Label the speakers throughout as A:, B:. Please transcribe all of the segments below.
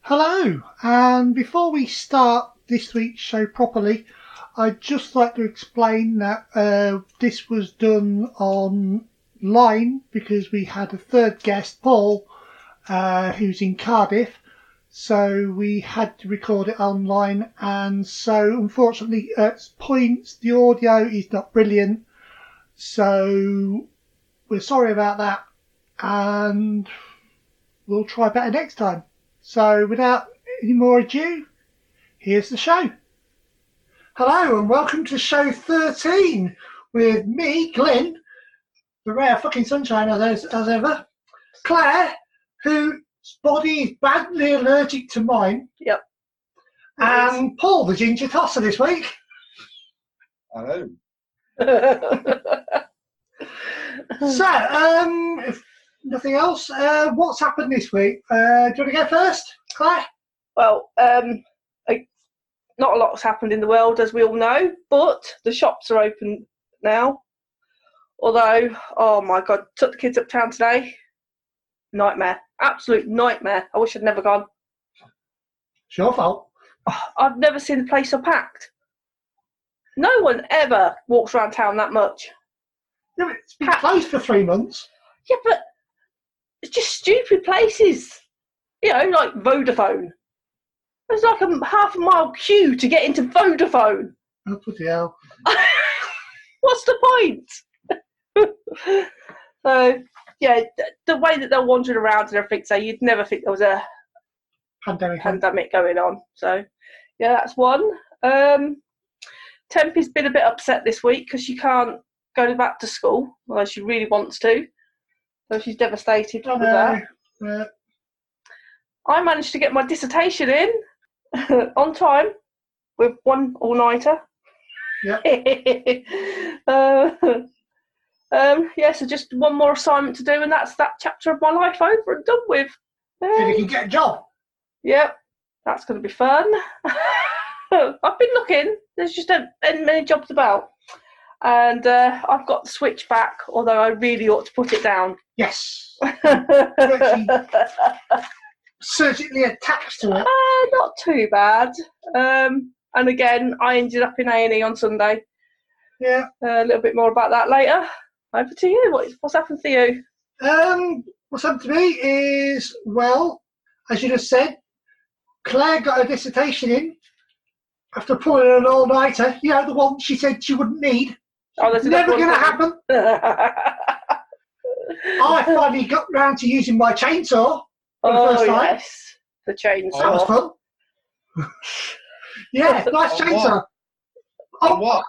A: Hello, and before we start this week's show properly, I'd just like to explain that uh, this was done online because we had a third guest, Paul, uh, who's in Cardiff. So we had to record it online, and so unfortunately, at points the audio is not brilliant. So we're sorry about that, and we'll try better next time. So, without any more ado, here's the show. Hello, and welcome to show 13 with me, Glyn, the rare fucking sunshine as, as ever, Claire, whose body is badly allergic to mine.
B: Yep.
A: And Paul, the ginger tosser this week.
C: Hello.
A: So, um, if nothing else, uh, what's happened this week? Uh, do you want to go first, Claire?
B: well, um, I, not a lot's happened in the world, as we all know, but the shops are open now. Although, oh my god, took the kids uptown today. Nightmare. Absolute nightmare. I wish I'd never gone.
A: It's your fault.
B: Oh, I've never seen the place so packed. No one ever walks around town that much.
A: Yeah, but It's been closed for three months.
B: Yeah, but it's just stupid places. You know, like Vodafone. There's like a half a mile queue to get into Vodafone.
A: Oh, bloody hell.
B: What's the point? so yeah, th- the way that they're wandering around and everything, so you'd never think there was a
A: Pandemic.
B: pandemic going on. So yeah, that's one. Um, Tempy's been a bit upset this week because she can't go back to school, although she really wants to. So she's devastated
A: I
B: with that.
A: know, uh,
B: I managed to get my dissertation in on time with one all nighter.
A: Yeah.
B: uh, um, yeah, so just one more assignment to do, and that's that chapter of my life over and done with.
A: Then you
B: Yay.
A: can get a job.
B: Yep, that's going to be fun. I've been looking. There's just don't ain't many jobs about, and uh, I've got the switch back. Although I really ought to put it down.
A: Yes.
B: uh,
A: Surgically attached to it.
B: not too bad. Um, and again, I ended up in A and E on Sunday. Uh,
A: Yeah.
B: a little bit more about that later. Over to you. What, what's happened to you?
A: Um, what's happened to me is, well, as you just said, Claire got her dissertation in after pulling an all nighter. You know, the one she said she wouldn't need.
B: Oh, there's
A: Never
B: another one
A: going to
B: coming.
A: happen. I finally got round to using my chainsaw. For the
B: oh
A: first time. Oh,
B: yes, the chainsaw.
A: That was fun. yeah, nice
C: Oh,
A: chainsaw.
C: And
A: Oh,
C: what?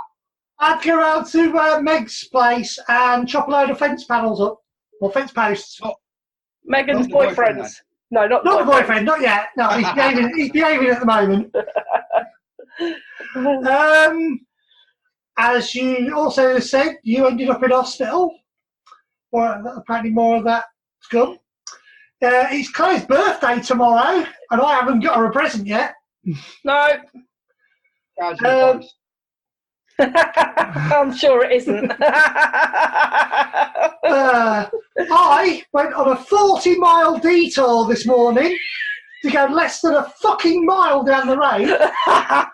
A: I'd go round to uh, Meg's place and chop a load of fence panels up. Well, fence posts.
B: Megan's
C: Not the boyfriend,
B: boyfriends. No, not,
A: Not a boyfriend, not yet. No, he's behaving, he's behaving at the moment.
B: boyfriend.
A: Um, as you also said, you ended up in hospital. Well, apparently more of that to come. Uh, it's Claire's birthday tomorrow, and I haven't got her a present yet.
B: no,
C: Casual
A: Um,
C: voice.
B: I'm sure it isn't.
A: Uh, I went on a 40 mile detour this morning to go less than a fucking mile down the road.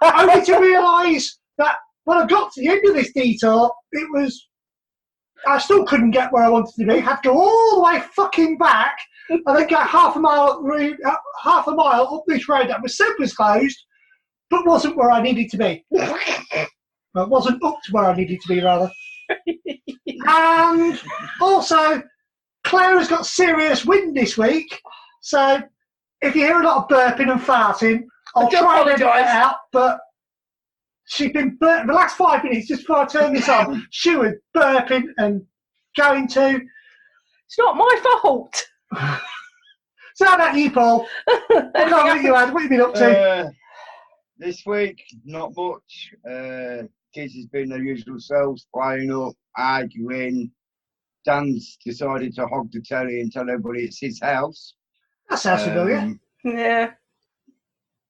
A: only to realise that when I got to the end of this detour, it was I still couldn't get where I wanted to be. Had to go all the way fucking back, and then go half a mile up road, uh, half a mile up this road that was said was closed, but wasn't where I needed to be. Well, it wasn't up to where I needed to be rather. and also, Claire has got serious wind this week, so if you hear a lot of burping and farting,
B: I
A: I'll
B: do
A: try and edit it
B: apologise.
A: out, but she's been bur- the last five minutes just before I turn this on. She was burping and going to.
B: it's not my fault.
A: So how about you, Paul? What kind of week you had? What have you been up to?
C: Uh, this week, not much. Uh, kids has been their usual selves, playing up, arguing. Dan's decided to hog the telly and tell everybody it's his house.
A: that sounds familiar.
C: Um,
B: yeah.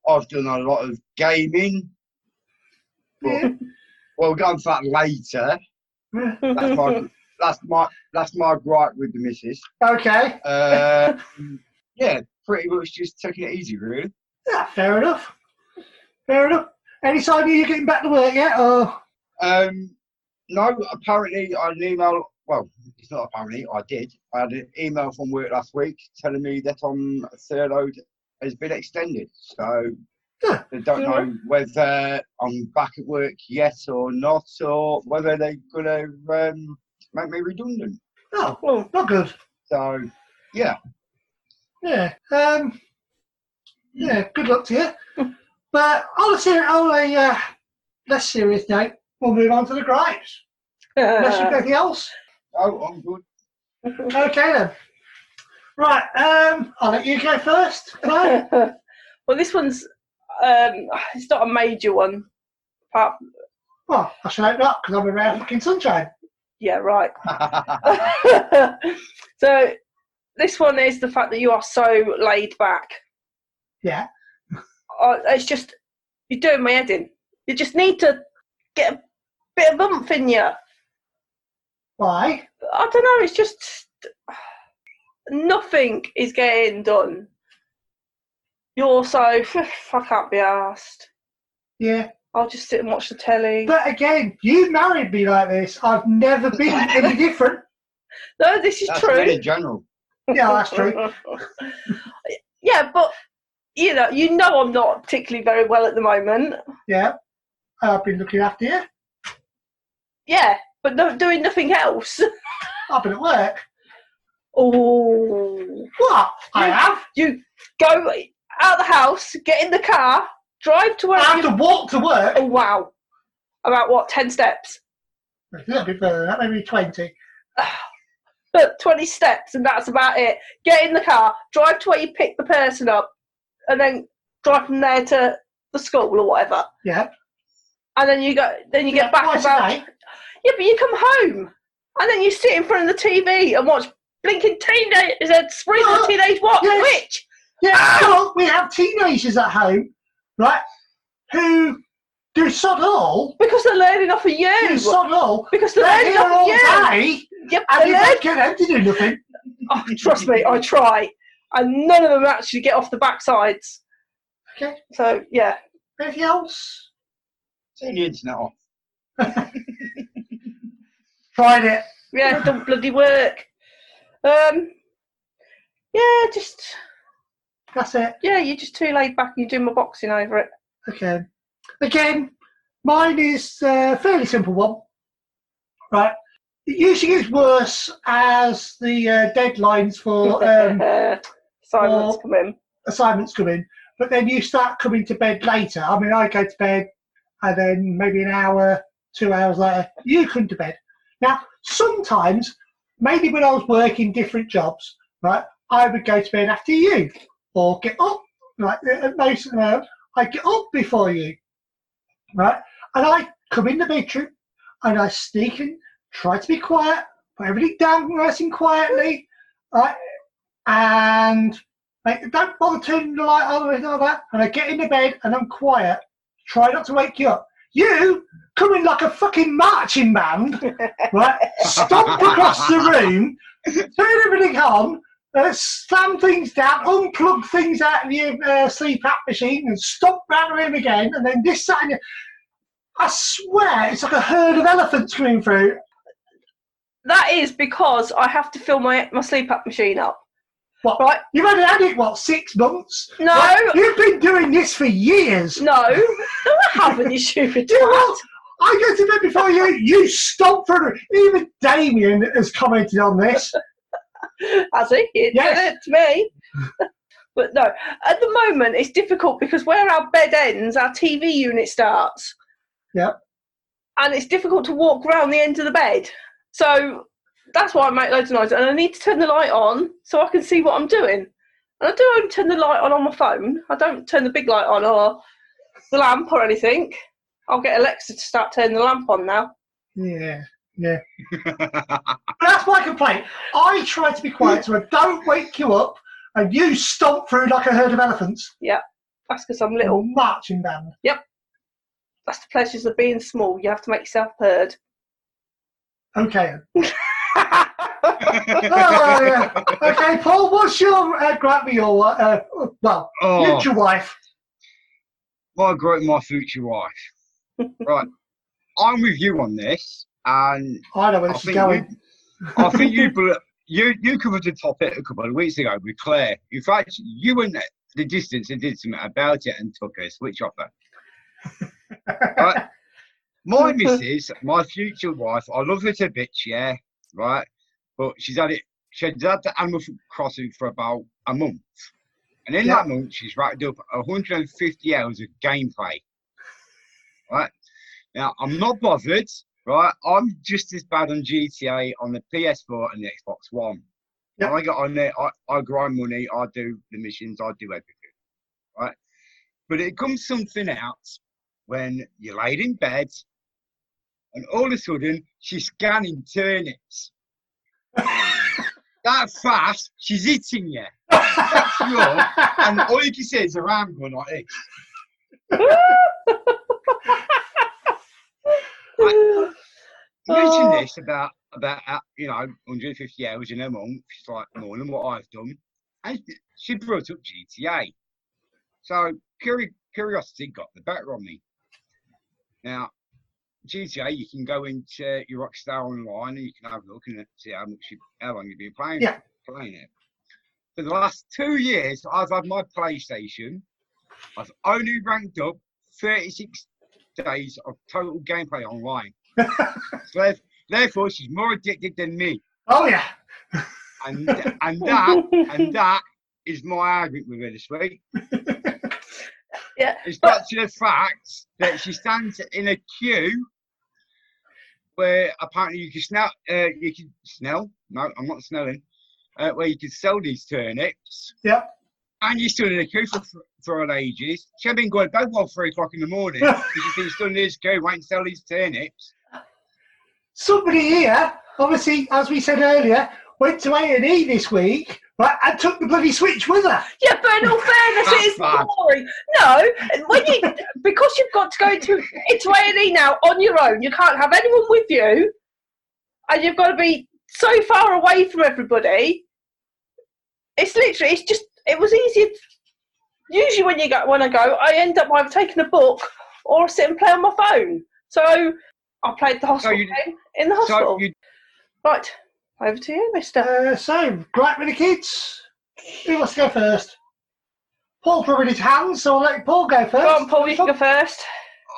C: I've done a lot of gaming. But
A: Yeah.
C: we'll go on to that later. That's my, that's my, that's my gripe with the missus.
A: Okay.
C: Uh, yeah, pretty much just taking it easy, really.
A: Ah, fair enough. Fair enough. Any sign of you getting back to work yet? Or
C: Um, no, apparently I had an email. Well, it's not apparently. I did. I had an email from work last week telling me that I'm furloughed has been extended. So
A: Huh,
C: they don't know whether I'm back at work yet or not, or whether they're gonna um, make me redundant.
A: oh, well, not good.
C: So
A: Yeah. Um, yeah. Good luck to you. but on a, ser- on a uh, less serious note, we'll move on to the gripes. Unless you've got anything else.
C: oh, I'm good.
A: Okay then. Right. Um, I'll let you go first. Clive.
B: well, this one's um, it's not a major one. Apart,
A: well, I should hope not because I'm around fucking sunshine.
B: yeah, right. so this one is the fact that you are so laid back.
A: Yeah.
B: Uh, it's just you're doing my head in. You just need to get a bit of umph in you.
A: Why?
B: I don't know. It's just nothing is getting done. You're so I can't be asked.
A: Yeah.
B: I'll just sit and watch the telly.
A: But again, you married me like this. I've never been any different.
B: no, this is
C: That's
B: true.
C: very general.
A: Yeah, that's true.
B: yeah, but you know, you know, I'm not particularly very well at the moment.
A: Yeah. I've been looking after you.
B: Yeah, but no, doing nothing else.
A: I've been at work.
B: Oh,
A: What? I have.
B: you go out the house, get in the car, drive to where
A: I have
B: you.
A: to walk to work.
B: Oh wow, about what ten steps?
A: A little bit further than that, maybe 20.
B: But twenty steps, and that's about it. Get in the car, drive to where you pick the person up, and then drive from there to the school or whatever.
A: Yeah.
B: And then you go, then you
A: Yeah,
B: get back
A: twice a
B: about.
A: day.
B: Yeah, but you come home and then you sit in front of the TV and watch blinking teenage is that spring
A: Well,
B: or teenage what
A: yes.
B: witch? Ah!
A: Yeah, well, we have teenagers at home, right, who do sod all.
B: Because they're learning off of
A: Do
B: you.
A: sod all.
B: Because they're
A: They're
B: learning
A: here
B: off
A: all
B: of you.
A: day,
B: Yep,
A: and
B: they're
A: you
B: learning.
A: don't get them to do nothing.
B: Oh, trust me, I try, and none of them actually get off the back sides.
A: Okay.
B: So yeah,
A: Anything else?
C: Turn the internet off.
A: Tried it.
B: yeah, it don't bloody work. Um, yeah, just
A: That's it.
B: yeah, you're just too laid back. and You're doing my boxing over it.
A: Okay. Again, mine is a fairly simple one. Right. It usually gets worse as the uh, deadlines for um,
B: uh, Silence
A: or-
B: come in.
A: assignments come in, but then you start coming to bed later. I mean, I go to bed and then maybe an hour, two hours later, you come to bed. Now, sometimes, maybe when I was working different jobs, right, I would go to bed after you or get up. Like at most of the moment, I get up before you, right? And I come in the bedroom and I sneak in, try to be quiet, put everything down nice and quietly, right? And like, don't bother turning the light on or anything like that. And I get into bed and I'm quiet. Try not to wake you up. You come in like a fucking marching band, right? Stomp across the room, turn everything on, uh, slam things down, unplug things out of your uh, sleep app machine, and stomp round the room again. And then this, that, and the- I swear it's like a herd of elephants coming through.
B: That is because I have to fill my my sleep app machine up.
A: What?
B: Right?
A: You've only had it, what, six months?
B: No,
A: Right? You've been doing this for years.
B: no, no, I haven't. You stupid
A: Do you know
B: twat.
A: what? I go to bed before you. You stomp for even Damien has commented on this.
B: Has he? He
A: Yes.
B: did it to me. but no, at the moment it's difficult because where our bed ends, our TV unit starts.
A: Yep.
B: And it's difficult to walk round the end of the bed. So that's why I make loads of noise. And I need to turn the light on so I can see what I'm doing. And I do only turn the light on on my phone. I don't turn the big light on or the lamp or anything. I'll get Alexa to start turning the lamp on now.
A: Yeah, yeah. That's my complaint. I try to be quiet so I don't wake you up, and you stomp through like a herd of elephants.
B: That's because I'm little.
A: marching band.
B: That's the pleasures of being small. You have to make yourself heard.
A: Okay. Oh, yeah. Okay, Paul. What's your uh, grab me your uh, well
C: Oh,
A: future wife?
C: my great, my future wife. right, I'm with you on this, and
A: I know where
C: I
A: this is
C: think
A: going.
C: you- I think you, bel- you you covered the topic a couple of weeks ago with Claire. In fact, you went the distance and did something about it and took a switch offer. Right. My missus, my future wife, I love her to bits, yeah, right. But she's had it. She's had the animal crossing for about a month, and in
A: Yeah.
C: that month, she's racked up 150 hours of gameplay. Right now, I'm not bothered. Right, I'm just as bad on GTA on the PS4 and the Xbox One.
A: Yeah.
C: I get on there, I, I grind money, I do the missions, I do everything. Right, but it comes something else when you're laid in bed and all of a sudden she's scanning turnips. that fast, she's eating you. That's your, and all you can see is her arm going like this. Imagine
B: Oh.
C: this about about uh, you know 150 hours in a month. It's like more than what I've done, and she brought up GTA. So curi- curiosity got the better on me. Now, GTA, you can go into your Rockstar Online and you can have a look and see how much you, how long you've been playing
A: Yeah.
C: playing it. For the last two years, I've had my PlayStation. I've only ranked up 36 days of total gameplay online. So theref- Therefore, she's more addicted than me,
A: oh yeah.
C: and and that and that is my argument with her this week.
B: Yeah,
C: it's not to the fact that she stands in a queue where apparently you can smell, uh, you can smell. No, I'm not smelling. Uh, where you can sell these turnips,
A: Yeah.
C: and you stood in a queue for for an ages. She's been going to bed by three o'clock in the morning because she's been stood in this queue waiting to sell these turnips.
A: Somebody here, obviously, as we said earlier, went to A and E this week, right, and took the bloody switch with her.
B: Yeah, but in all fairness,
C: That's
B: it is
C: bad.
B: boring. No, when you because you've got to go into into A and E now on your own. You can't have anyone with you, and you've got to be so far away from everybody. It's literally, it's just, it was easier. Usually, when you go, when I go, I end up either taking a book or I sit and play on my phone. So I played the hospital
C: you-
B: game in the hospital.
C: So you
B: right, over to you, Mister.
A: Uh, so, right with the kids. Who wants to go first? Paul's rubbing his hands, so I'll let Paul go first.
B: Go on, Paul. You can go first.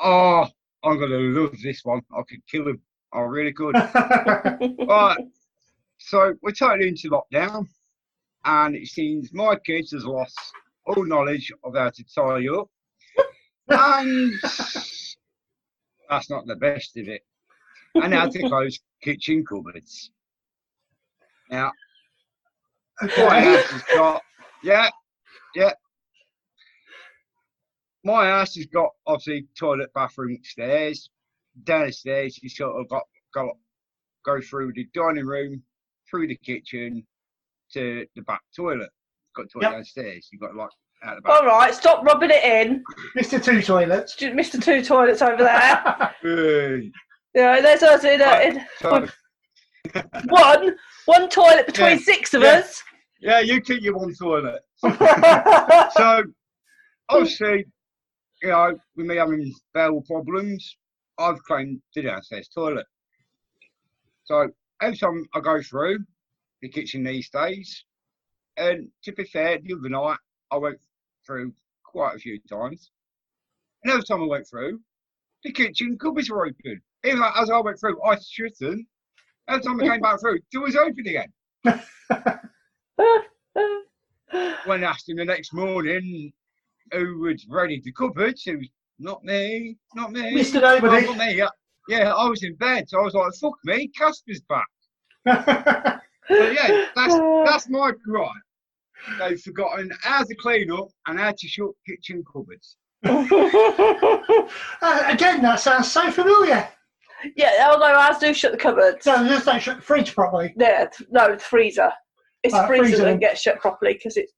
C: Oh, I'm gonna love this one. I could kill him. I really could. right. So we're totally into lockdown, and it seems my kids has lost all knowledge of how to tie up, and that's not the best of it. And how to close kitchen cupboards. Now, my
A: okay.
C: house has got yeah, yeah. My house has got obviously toilet, bathroom upstairs. Downstairs, you sort of got got to go through the dining room, through the kitchen, to the back toilet. Got toilet
A: Yep.
C: downstairs. You got like out the back.
B: All right, stop rubbing it in.
A: Mr. Two Toilets. Uh,
B: Stu- Mr. Two Toilets over there.
C: Hey.
B: Yeah, there's us in, a, in
C: So,
B: one one toilet between
C: Yeah,
B: six of
C: yeah.
B: us.
C: yeah, you keep your one toilet. so obviously, you know, with me having bowel problems, I've claimed the downstairs toilet. So every time I go through the kitchen these days, and to be fair, the other night I went through quite a few times. And every time I went through, the kitchen cupboards were open. Even though as I went through, I shut them. Every time I came back through, it was open again. when asked him the next morning who was ready to cupboard, he was not me, not me.
A: Mr.
C: Well,
A: Nobody.
C: not me. Yeah, yeah, I was in bed, so I was like, fuck me, Casper's back. But yeah, that's that's my gripe. They've forgotten how to clean up and how to shut kitchen cupboards.
A: Uh, again, that sounds so familiar.
B: yeah, although ours do shut the cupboards.
A: So, just don't shut the fridge properly.
B: Yeah, th- no, the freezer. It's
A: Right,
B: freezer,
A: freezer
B: that
A: then.
B: gets shut properly because it's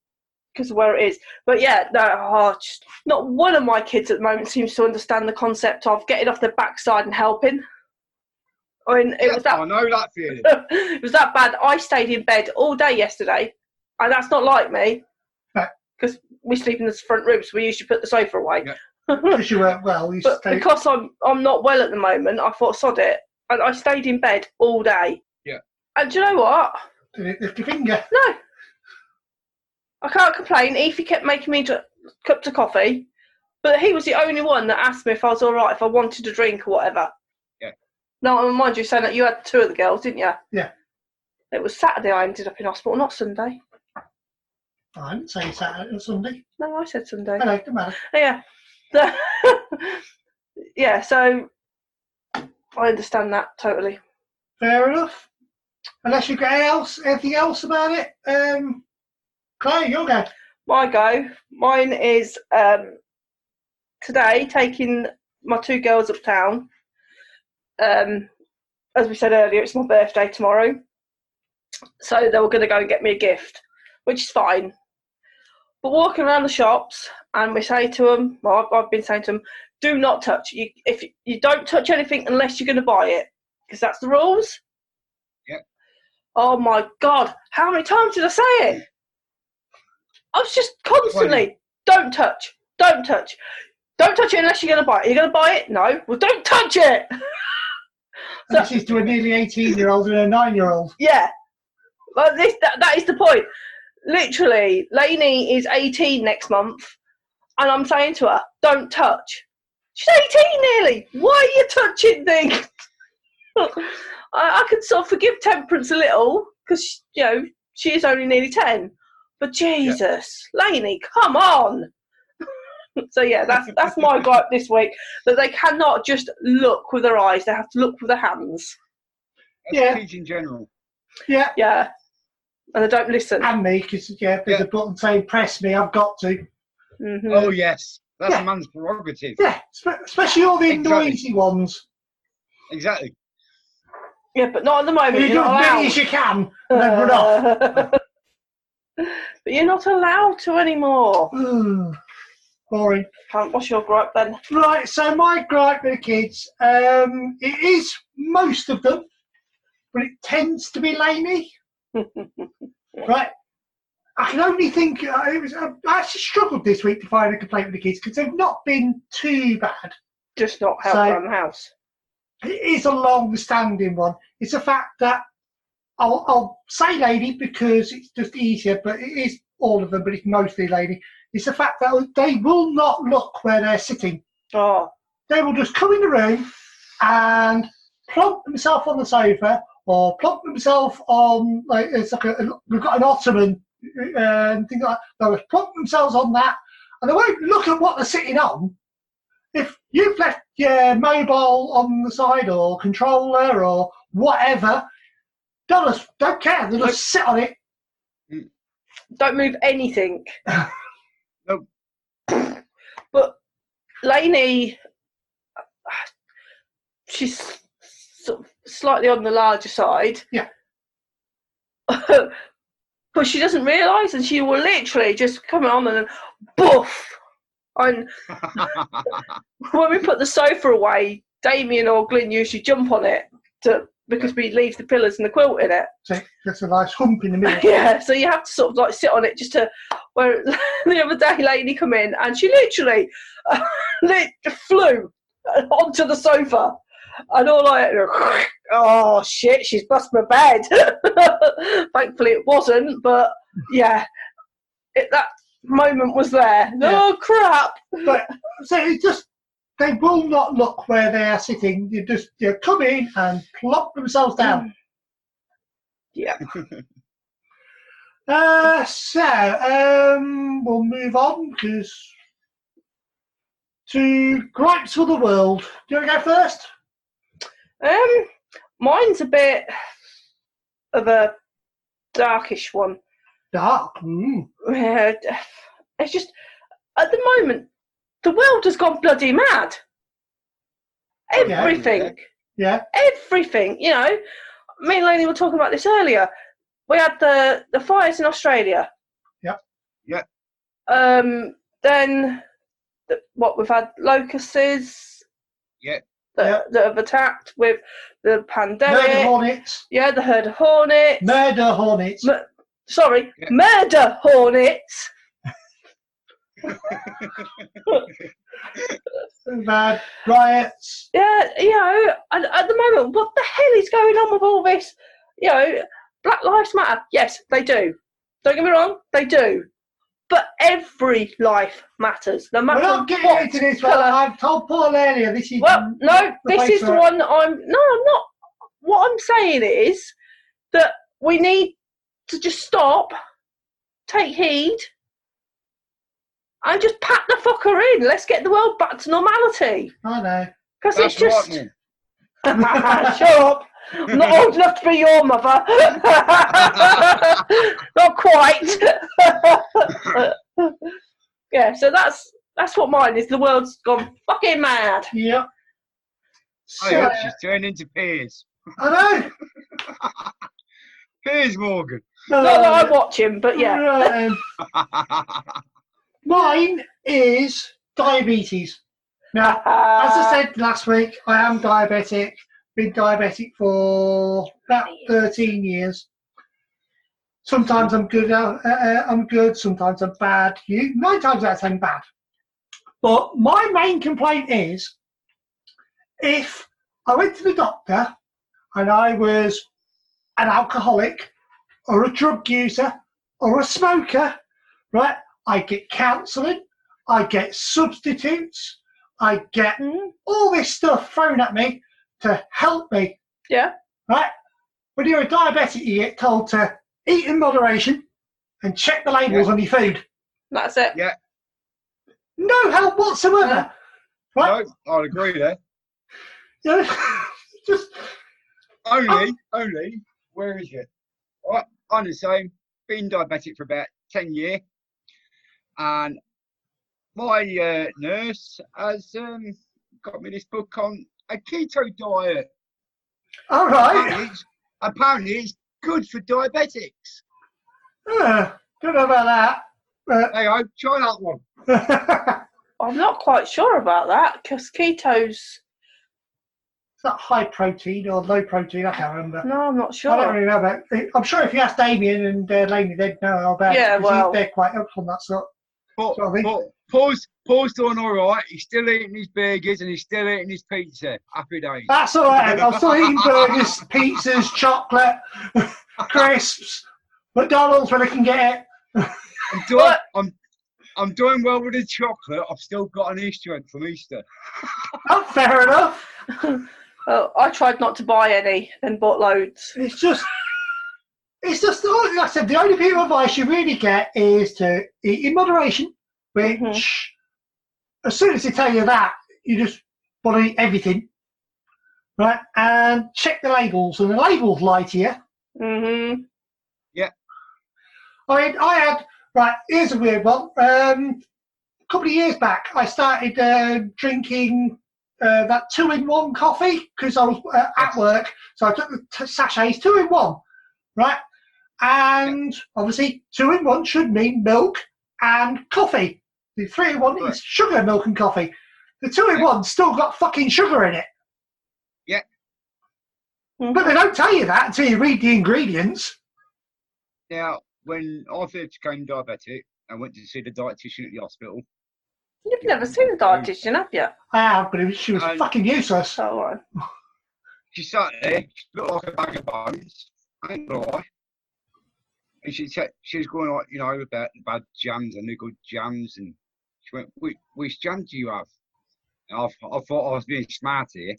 B: because of where it is. But yeah, no, oh, just, not one of my kids at the moment seems to understand the concept of getting off their backside and helping. I mean, it
C: Yeah,
B: was that
C: I know that feeling.
B: it was that bad. I stayed in bed all day yesterday, and that's not like me
A: No.
B: because we sleep in this front room, so we usually put the sofa away.
C: Yeah.
A: because you weren't well. You
B: But
A: stayed.
B: because I'm I'm not well at the moment, I thought sod it, and I stayed in bed all day.
C: Yeah.
B: And do you know what?
A: Did it lift your finger?
B: No, I can't complain. Ethan kept making me a cup of coffee, but he was the only one that asked me if I was all right, if I wanted a drink or whatever.
C: Yeah.
B: Now, and mind you, saying that you had two of the girls, didn't you?
A: Yeah.
B: It was Saturday I ended up in hospital, not Sunday.
A: I didn't say Saturday or Sunday.
B: No, I said Sunday. Oh,
A: Hello, don't matter.
B: yeah. The- yeah, so I understand that totally.
A: Fair enough. Unless you've got else, anything else about it, um, Claire, you'll go.
B: My go, mine is um, today taking my two girls uptown. Um, as we said earlier, it's my birthday tomorrow. So they were going to go and get me a gift, which is fine. But walking around the shops, and we say to them, well, I've, I've been saying to them, do not touch. You, if you, you don't touch anything unless you're going to buy it, because that's the rules.
C: Yep.
B: Oh my God! How many times did I say it? I was just constantly, don't touch, don't touch, don't touch it unless you're going to buy it. You're going to buy it? No. Well, don't touch it.
A: And this is to a nearly 18 year old and a 9 year old.
B: Yeah. Well, this that, that is the point. Literally, Lainey is 18 next month, and I'm saying to her, don't touch. She's 18 nearly. Why are you touching things? I, I can sort of forgive Temperance a little because, you know, she is only nearly 10. But Jesus, Lainey, come on. so, yeah, that's, that's my gripe this week that they cannot just look with their eyes, they have to look with their hands.
C: That's
A: Yeah.
C: kids in general.
A: Yeah,
B: Yeah. And they don't listen.
A: and me, because yeah, there's a button saying press me, I've got to.
B: Mhm.
C: Oh yes, that's
A: Yeah.
C: a man's prerogative.
A: Yeah, spe- especially all the indoor
C: Exactly.
A: easy ones.
C: Exactly.
B: Yeah, but not at the
A: You
B: moment.
A: do
B: You're
A: as
B: not
A: many
B: allowed. Uh.
A: as you can, and then run off.
B: but you're not allowed to anymore.
A: Ooh, boring.
B: Can't wash your gripe then.
A: Right, so my gripe with the kids, um, it is most of them, but it tends to be Laney. Right. I can only think uh, it was. I actually struggled this week to find a complaint with the kids because they've not been too bad.
B: Just not help
A: So-
B: around the house.
A: It is a long-standing one. It's a fact that I'll, I'll say lady because it's just easier, but it is all of them, but it's mostly lady. It's the fact that they will not look where they're sitting.
B: Oh,
A: they will just come in the room and plump themselves on the sofa or plump themselves on like it's like a, we've got an ottoman uh, and things like that. They'll just plump themselves on that and they won't look at what they're sitting on. If you've left your mobile on the side or controller or whatever, they'll just don't care. They'll just sit on it.
B: don't move anything.
C: No.
B: But Lainey, she's sort of slightly on the larger side.
A: Yeah.
B: but she doesn't realise, and she will literally just come on and boof. And when we put the sofa away, Damien or Glyn usually jump on it to because we leave the pillows and the quilt in it
A: So that's a nice hump in the middle.
B: yeah, so you have to sort of like sit on it just to. Where the other day, Lainey come in and she literally lit, flew onto the sofa, and all I oh shit, she's bust my bed. Thankfully, it wasn't, but yeah, it, that moment was there. Oh crap!
A: but so it's just they will not look where they are sitting. You just you come in and plop themselves down.
B: Yeah. Mm.
A: Uh, so um, we'll move on because to gripes for the world. Do you want to go first?
B: Um, mine's a bit of a darkish one.
A: Dark. Mm.
B: Yeah, it's just at the moment the world has gone bloody mad.
A: Oh, yeah.
B: Everything,
A: Yeah.
B: everything. You know, me and Lainey were talking about this earlier. We had the the fires in Australia.
A: Yep.
C: Yep.
B: Um. Then, the, what we've had locusts.
C: Yep.
B: That,
A: Yep.
B: that have attacked with the pandemic.
A: Murder hornets.
B: yeah, the herd of hornets.
A: Murder hornets.
B: Mur- sorry,
C: Yeah.
B: murder hornets.
A: We've had riots.
B: Yeah, you know, at, at the moment, what the hell is going on with all this? You know, Black Lives Matter. Yes, they do. Don't get me wrong, they do. But every life matters, no
A: We're
B: matter
A: not getting
B: what
A: into this one.
B: colour.
A: I've told Paul earlier this is.
B: Well, no,
A: the
B: this
A: place
B: is the
A: where-
B: one that I'm. No, I'm not. What I'm saying is that we need to just stop, take heed, and just pat the fucker in. Let's get the world back to normality.
A: I know.
B: Because it's
C: That's
B: just.
C: right,
B: Shut up. I'm not old enough to be your mother. not quite. yeah, so that's that's what mine is. The world's gone fucking mad.
A: Yeah.
C: I
A: So-
C: hope she's turned into Piers.
A: I
C: Piers Morgan.
A: know.
B: Not that
C: Um,
B: I watch him, but yeah.
A: Right, um, mine is diabetes. Now, As
B: Uh,
A: I said last week, I am diabetic. Been diabetic for about 13 years. Sometimes I'm good. Uh, uh, I'm good. Sometimes I'm bad. You nine times out of ten bad. But my main complaint is, if I went to the doctor and I was an alcoholic or a drug user or a smoker, right? I get counselling. I get substitutes. I get
B: Mm,
A: all this stuff thrown at me to help me.
B: Yeah.
A: Right? When you're a diabetic, you get told to eat in moderation and check the labels on your food.
B: that's it.
A: No help whatsoever. Right?
C: no, I'll agree there.
A: You know, Just,
C: Only, only, where is it? I, I'm the same. Been diabetic for about 10 years. And my uh, nurse has um, got me this book on a keto diet.
A: all right.
C: Apparently, it's, apparently it's good for diabetics.
A: Uh, don't know about that.
C: Hey, I try that one.
A: But
B: I'm not quite sure about that because keto's.
A: is that high protein or low protein? I can't remember.
B: No, I'm not
A: I don't
B: sure.
A: really know about it. I'm sure if you ask Damien and uh, Lainey, they'd know about
B: Yeah,
A: it. 'cause he-
B: well-
A: They're quite up on that sort.
C: But,
A: Sorry.
C: but Paul's, Paul's doing all right. He's still eating his burgers and he's still eating his pizza. Happy days.
A: That's all right. I'm still eating burgers, pizzas, chocolate, crisps, McDonald's when I can get it.
C: I'm doing,
B: But-
C: I'm, I'm doing well with the chocolate. I've still got an Easter egg from Easter.
A: Oh, fair enough.
B: Oh, I tried not to buy any and bought loads.
A: It's just, it's just, the only- like I said, the only piece of advice you really get is to eat in moderation, which, as soon as they tell you that, you just want to eat everything, right? And check the labels, and the labels lie to you.
B: hmm
A: I mean, I had right. Here's a weird one. Um, a couple of years back, I started uh, drinking uh, that two-in-one coffee because I was uh, at work, so I took the t- sachets two-in-one, right? And obviously, two-in-one should mean milk and coffee. The three-in-one
C: Right.
A: is sugar, milk, and coffee. The two-in-one still got fucking sugar in it,
B: Mm-hmm.
A: but they don't tell you that until you read the ingredients.
C: Now, when I first became diabetic, I went to see the dietitian at the hospital.
B: You've never seen a dietitian, have you?
A: I have, Ah, but it was, she was
C: And-
A: fucking useless.
B: So, uh,
C: She sat there, she looked like a bag of bones. I ain't gonna lie. And she said she was going on, you know, about the bad jams and the good jams, and she went, "Which, which jam do you have?" And I, th- I thought I was being smart here.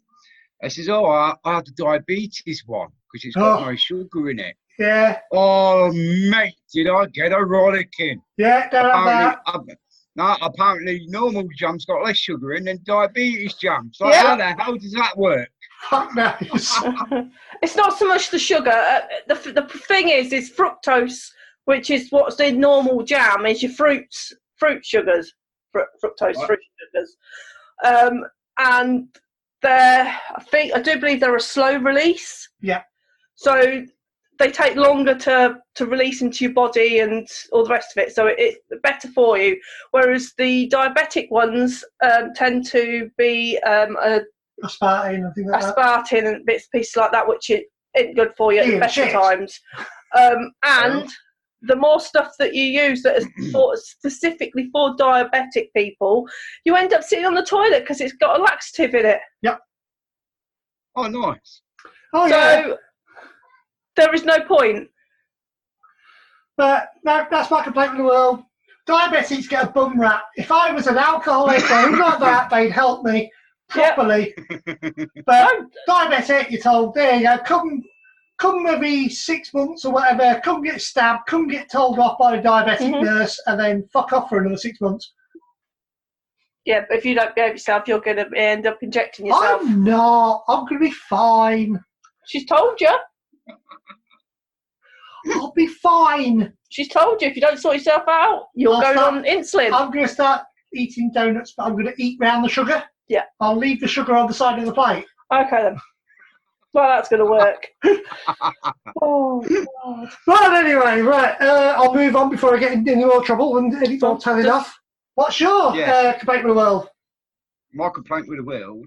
C: I says, "Oh, I, I have the diabetes one because it's got
A: Oh.
C: no sugar in it."
A: Yeah,
C: Oh, mate, did I get a rollicking?
A: yeah, don't have that.
C: apparently, ab- no, apparently normal jam's got less sugar in than diabetes jam. So
B: Yeah.
C: how the hell does that work?
A: Fuck knows.
B: it's not so much the sugar. Uh, the, the thing is, is fructose, which is what's in normal jam, is your fruits, fruit sugars, fr- fructose,
C: Right.
B: fruit sugars, um, and they're. I think I do believe they're a slow release.
A: Yeah.
B: So they take longer to to release into your body and all the rest of it. So it, it's better for you. Whereas the diabetic ones um, tend to be um, a
A: Aspartame and things like that.
B: aspartame and bits and pieces like that, which is, isn't good for you at
A: Yeah,
B: the best of
A: shit.
B: times. Um, and the more stuff that you use that is for, specifically for diabetic people, you end up sitting on the toilet because it's got a laxative in it.
C: Oh, nice.
A: Oh
B: so
A: yeah,
B: there is no point.
A: but no, that's my complaint with the world. Diabetics get a bum rap. If I was an alcoholic or anything like that, they'd help me
B: Yeah.
A: properly. But diabetic, you're told, there you go, come, come every six months or whatever, come get stabbed, come get told off by a diabetic
B: Mhm.
A: nurse, and then fuck off for another six months.
B: Yeah, but if you don't behave yourself, you're going to end up injecting yourself.
A: I'm not. I'm going to be fine.
B: She's told you.
A: I'll be fine.
B: She's told you. If you don't sort yourself out, you're
A: I'll
B: going
A: stop.
B: on insulin.
A: I'm going to start eating donuts, but I'm going to eat round the sugar.
B: Yeah.
A: I'll leave the sugar on the side of the plate.
B: Okay then. Well, that's going to work. oh, God.
A: Right, anyway, right. Uh, I'll move on before I get in any more trouble and any more
B: Well,
A: telling
B: just-
A: off. What's your
C: Yeah.
A: uh, complaint with the world?
C: My complaint with the world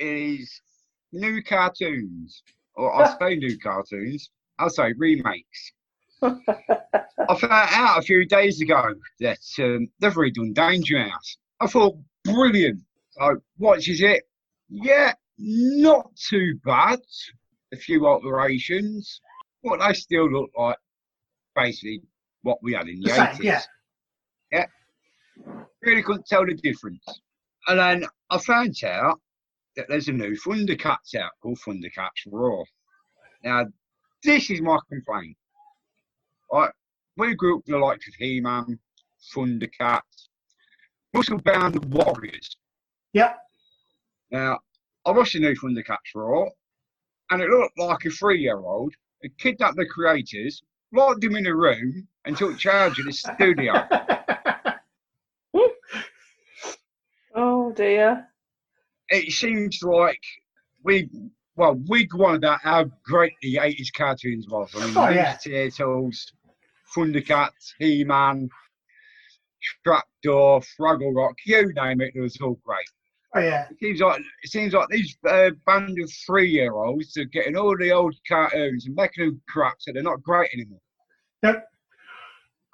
C: is new cartoons, or I say new cartoons, I say remakes. I found out a few days ago that um, they've redone Danger House. I thought, brilliant. So, watches it. Yeah, not too bad. A few alterations, but they still look like basically what we had in the
A: The same,
C: 80s
A: yeah.
C: really couldn't tell the difference. And then I found out that there's a new Thundercats out called Thundercats Raw. Now, this is my complaint. Like, we grew up with the likes of He Man, Thundercats, Russell Bound Warriors.
A: Yeah.
C: Now, I watched the new Thundercats Raw, and it looked like a three year old had kidnapped the creators, locked him in a room, and took charge of the studio.
B: oh dear.
C: it seems like we well we wondered how great the eighties cartoons was. I mean,
A: Oh,
C: Ninja
A: yeah.
C: Turtles, Thundercats, He Man, Trapdoor, Fraggle Rock, you name it, it was all great.
A: oh, yeah.
C: It seems like it seems like these uh, band of three year olds are getting all the old cartoons and making them crap, so they're not great anymore.
A: Yep.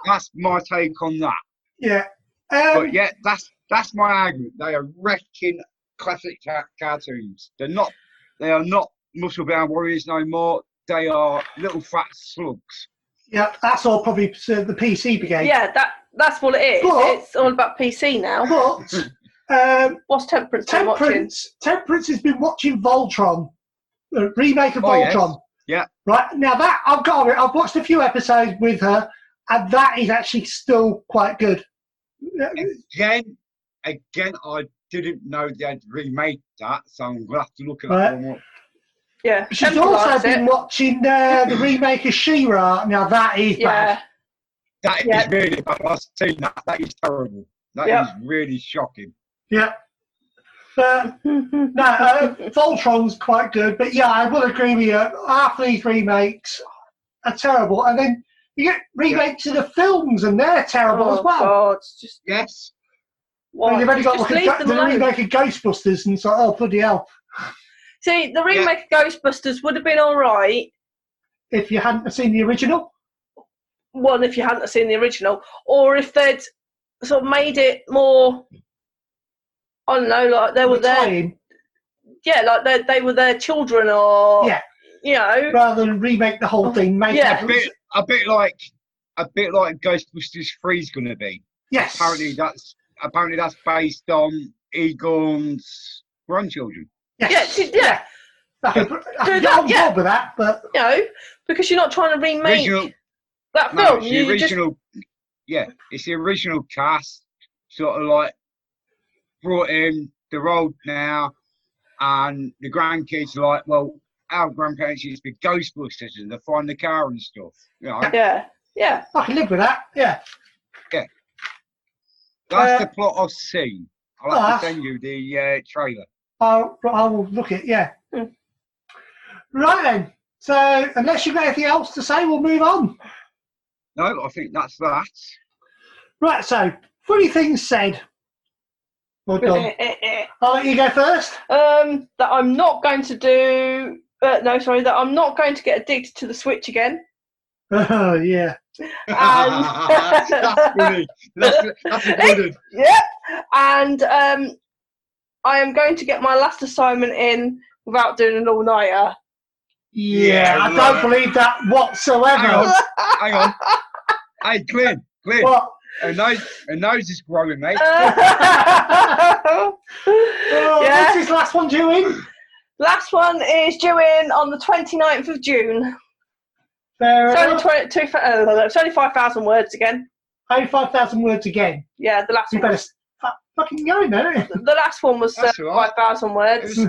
C: That's my take on that.
A: Yeah.
C: But
A: Um,
C: yeah, that's that's my argument. They are wrecking classic ca- cartoons. They're not. They are not muscle-bound warriors no more. They are little fat slugs.
A: yeah, that's all probably uh, the PC brigade.
B: Yeah, that that's what it is.
A: But-
B: it's all about PC now.
A: But um,
B: What's Temperance been watching?
A: Temperance, Temperance has been watching Voltron, the remake of
C: Oh, yes.
A: Voltron.
C: Yeah.
A: Right now that I've got it, I've watched a few episodes with her, and that is actually still quite good. Yeah,
C: Again, again, I didn't know they'd remade that, so I'm gonna have to look at
A: Right.
C: that one up.
B: Yeah,
A: She's
B: Temper
A: also
B: likes
A: been
B: it.
A: watching uh, the remake of She-Ra. Now that is
B: Yeah,
A: bad.
C: That is
B: Yeah.
C: really bad. I've seen that. That is terrible. That is
B: Yeah.
C: really shocking.
A: Yeah. Uh, no, uh, Voltron's quite good, but yeah, I will agree with you. Half these remakes are terrible, and then you get remakes of the films, and they're terrible
B: oh,
A: as well.
B: God, it's just
C: Yes.
A: I mean,
B: why?
A: you've only got like
B: Just
A: a,
B: leave
A: go-
B: them
A: the
B: alone.
A: remake of Ghostbusters, and it's like, oh bloody hell!
B: See, the remake of Ghostbusters would have been all right.
A: If you hadn't seen the original,
B: One, if you hadn't seen the original, or if they'd sort of made it more. I don't know, like they were there.
A: Italian,
B: Yeah, like they, they were their children, or
A: Yeah.
B: you know,
A: rather than remake the whole thing, make
B: Oh, Yeah.
A: it-
C: A bit, a bit like, a bit like Ghostbusters Three is gonna be.
A: yes,
C: apparently that's apparently that's based on Egon's grandchildren.
B: yeah,
A: yes,
B: t- yeah,
A: I can, I can
B: Do
A: get
B: that,
A: on
B: yeah.
A: board with that, but
B: you know, because you're not trying to remake
C: Original,
B: that
C: no,
B: film.
C: it's
B: you
C: the
B: just
C: original. Yeah, it's the original cast, sort of like brought in. They're old now, and the grandkids are like, well, our grandparents used to be Ghostbusters, and they find the car and stuff. You know,
B: yeah, yeah.
A: I can live with that. Yeah,
C: that's
A: Uh,
C: the plot I've seen. I'll
A: oh,
C: have
A: that's-
C: to send you the uh, trailer.
A: I'll, I'll look it. Yeah,
B: Hmm.
A: right then. So unless you've got anything else to say, we'll move on.
C: No, I think that's that.
A: Right, so funny things said. Well done. I'll let you go first.
B: Eh, um, that I'm not going to do. Uh, no, sorry, that I'm not going to get addicted to the Switch again.
A: Oh, yeah.
C: that's funny. That's, that's a good one.
B: Yep. And um, I am going to get my last assignment in without doing an all nighter.
A: Yeah,
C: Yeah,
A: I
C: yeah.
A: don't believe that
C: Hang
A: whatsoever.
C: on, hang on. Hey, Glenn, Glenn,
A: What?
C: her nose, her nose is growing, mate.
B: Uh,
A: Oh, What's
B: yeah.
A: his last one doing?
B: Last one is due in on the 29th of June.
A: Fair
B: It's only
A: enough.
B: 20, two, uh, it's only 5,000 words again.
A: 85,000 words again.
B: Yeah, the last
A: You
B: one
A: better
B: was,
A: start fucking going there. innit?
B: the last one was uh,
C: That's all right.
B: 5,000
C: It
B: words.
C: was-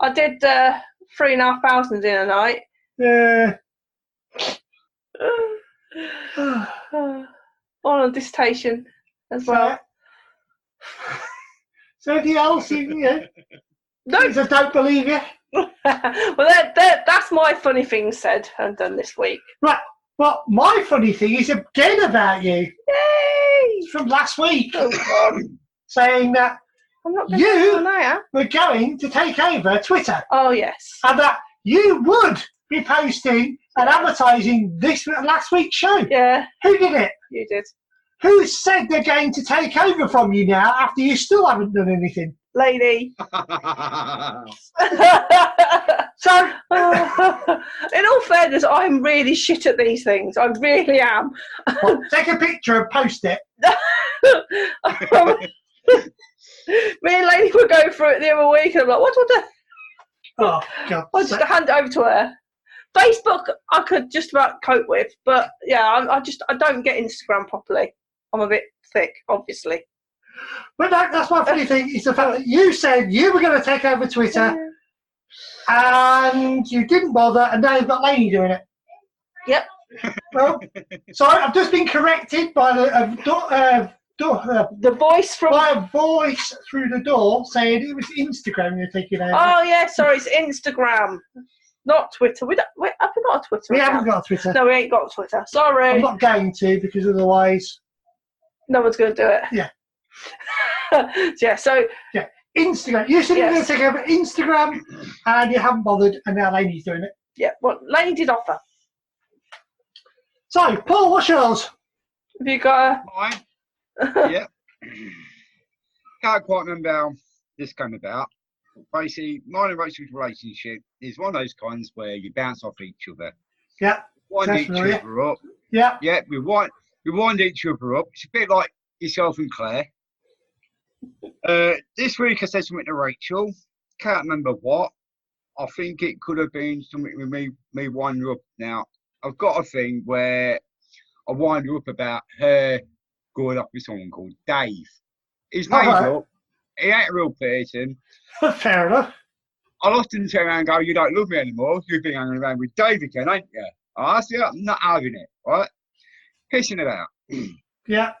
B: I did uh, three and a half thousand in a night.
A: Yeah. so,
B: Uh, on a dissertation as well.
A: so if you else, you, you know,
B: No,
A: I don't believe you.
B: well, that, that, that's my funny thing said and done this week.
A: But my funny thing is again about you.
B: Yay!
A: It's from last week
B: Oh, God.
A: saying that
B: I'm not going
A: You-
B: to now.
A: we're going to take over Twitter
B: Oh, yes.
A: and that you would be posting and advertising this last week's show.
B: Yeah,
A: Who did it?
B: you did.
A: Who said they're going to take over from you now after you still haven't done anything?
B: Lady.
C: That's
B: so, in all fairness, I'm really shit at these things. I really am.
A: Well, take a picture and post it.
B: Me and Lady were going through it the other week, and I'm like, what do I do?
A: Oh, God.
B: I just hand it over to her. Facebook, I could just about cope with, but yeah, I, I just I don't get Instagram properly. I'm a bit thick, obviously.
A: But that, that's my funny thing is the fact that you said you were going to take over Twitter and you didn't bother, and now you've got Laney doing it.
B: Yep.
A: Well, so I've just been corrected by the uh, do, uh, do, uh,
B: The voice from
A: by a voice through the door saying it was Instagram you're taking over.
B: oh yeah, sorry, it's Instagram, not Twitter. We don't. We, have we got a Twitter?
A: we haven't
B: account?
A: got a Twitter.
B: No, we ain't got a Twitter.
A: I'm
B: Sorry,
A: not going to because otherwise
B: no one's gonna do it.
A: Yeah.
B: yeah. So
A: Instagram. You said you were going
B: Yes.
A: to take over Instagram, and you haven't bothered, and now Laney's doing it.
B: yeah, well, Lady did offer.
A: So, Paul, what's yours?
B: Have you got
C: mine.
B: a?
C: Yeah. Can't quite remember how this came about. Basically, mine and Rachel's relationship is one of those kinds where you bounce off each other.
A: Yeah,
C: Wind
A: sounds
C: each
A: familiar.
C: other up.
A: Yeah,
C: Yeah, we wind, we wind each other up. It's a bit like yourself and Claire. Uh, this week I said something to Rachel. Can't remember what. I think it could have been something with me, me wind her up. Now, I've got a thing where I wind her up about her going up with someone called Dave. His name's
A: Alright.
C: up. He ain't a real person.
A: fair enough.
C: I'll often turn around and go, You don't love me anymore. You've been hanging around with Dave again, ain't you? I see, I'm not having it, right? Pissing about.
A: Yeah,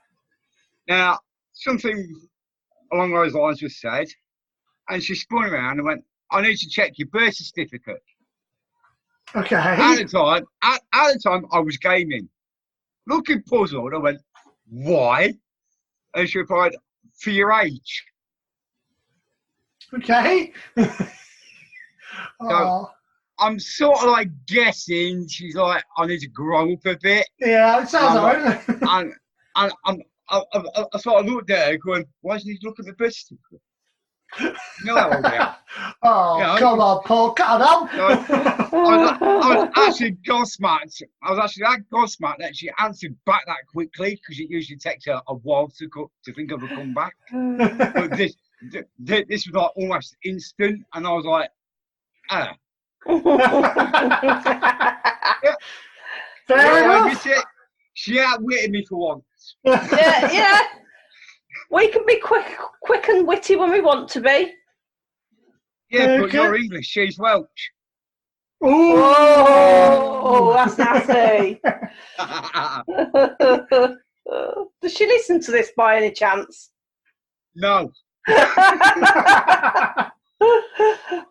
C: Now, something along those lines was said, and she spun around and went, I need to check your birth certificate. At
A: okay.
C: the time, at, at the time, I was gaming. Looking puzzled, I went, Why? And she replied, For your age.
A: Okay. oh,
C: I'm sort of like guessing she's like, I need to grow up a bit.
A: yeah, it sounds
C: I'm
A: all right.
C: and and I'm, I, I, I- I sort of looked at her going, why does he look at the birth certificate? No, I won't be out.
A: oh,
C: Yeah, I-
A: come on, Paul, come on.
C: No. I was, I was actually gobsmacked. I was actually that gobsmacked that she answered back that quickly because it usually takes her a while to co- to think of a comeback. But this th- th- this was like almost instant, and I was like, ah,
A: fair
C: did I
A: enough.
C: miss it? She outwitted me for once.
B: yeah, yeah. We can be quick, quick and witty when we want to be.
C: Yeah, but
A: Okay.
C: you're English. She's Welsh.
B: Oh,
A: Ooh.
B: that's nasty. Does she listen to this by any chance?
C: no.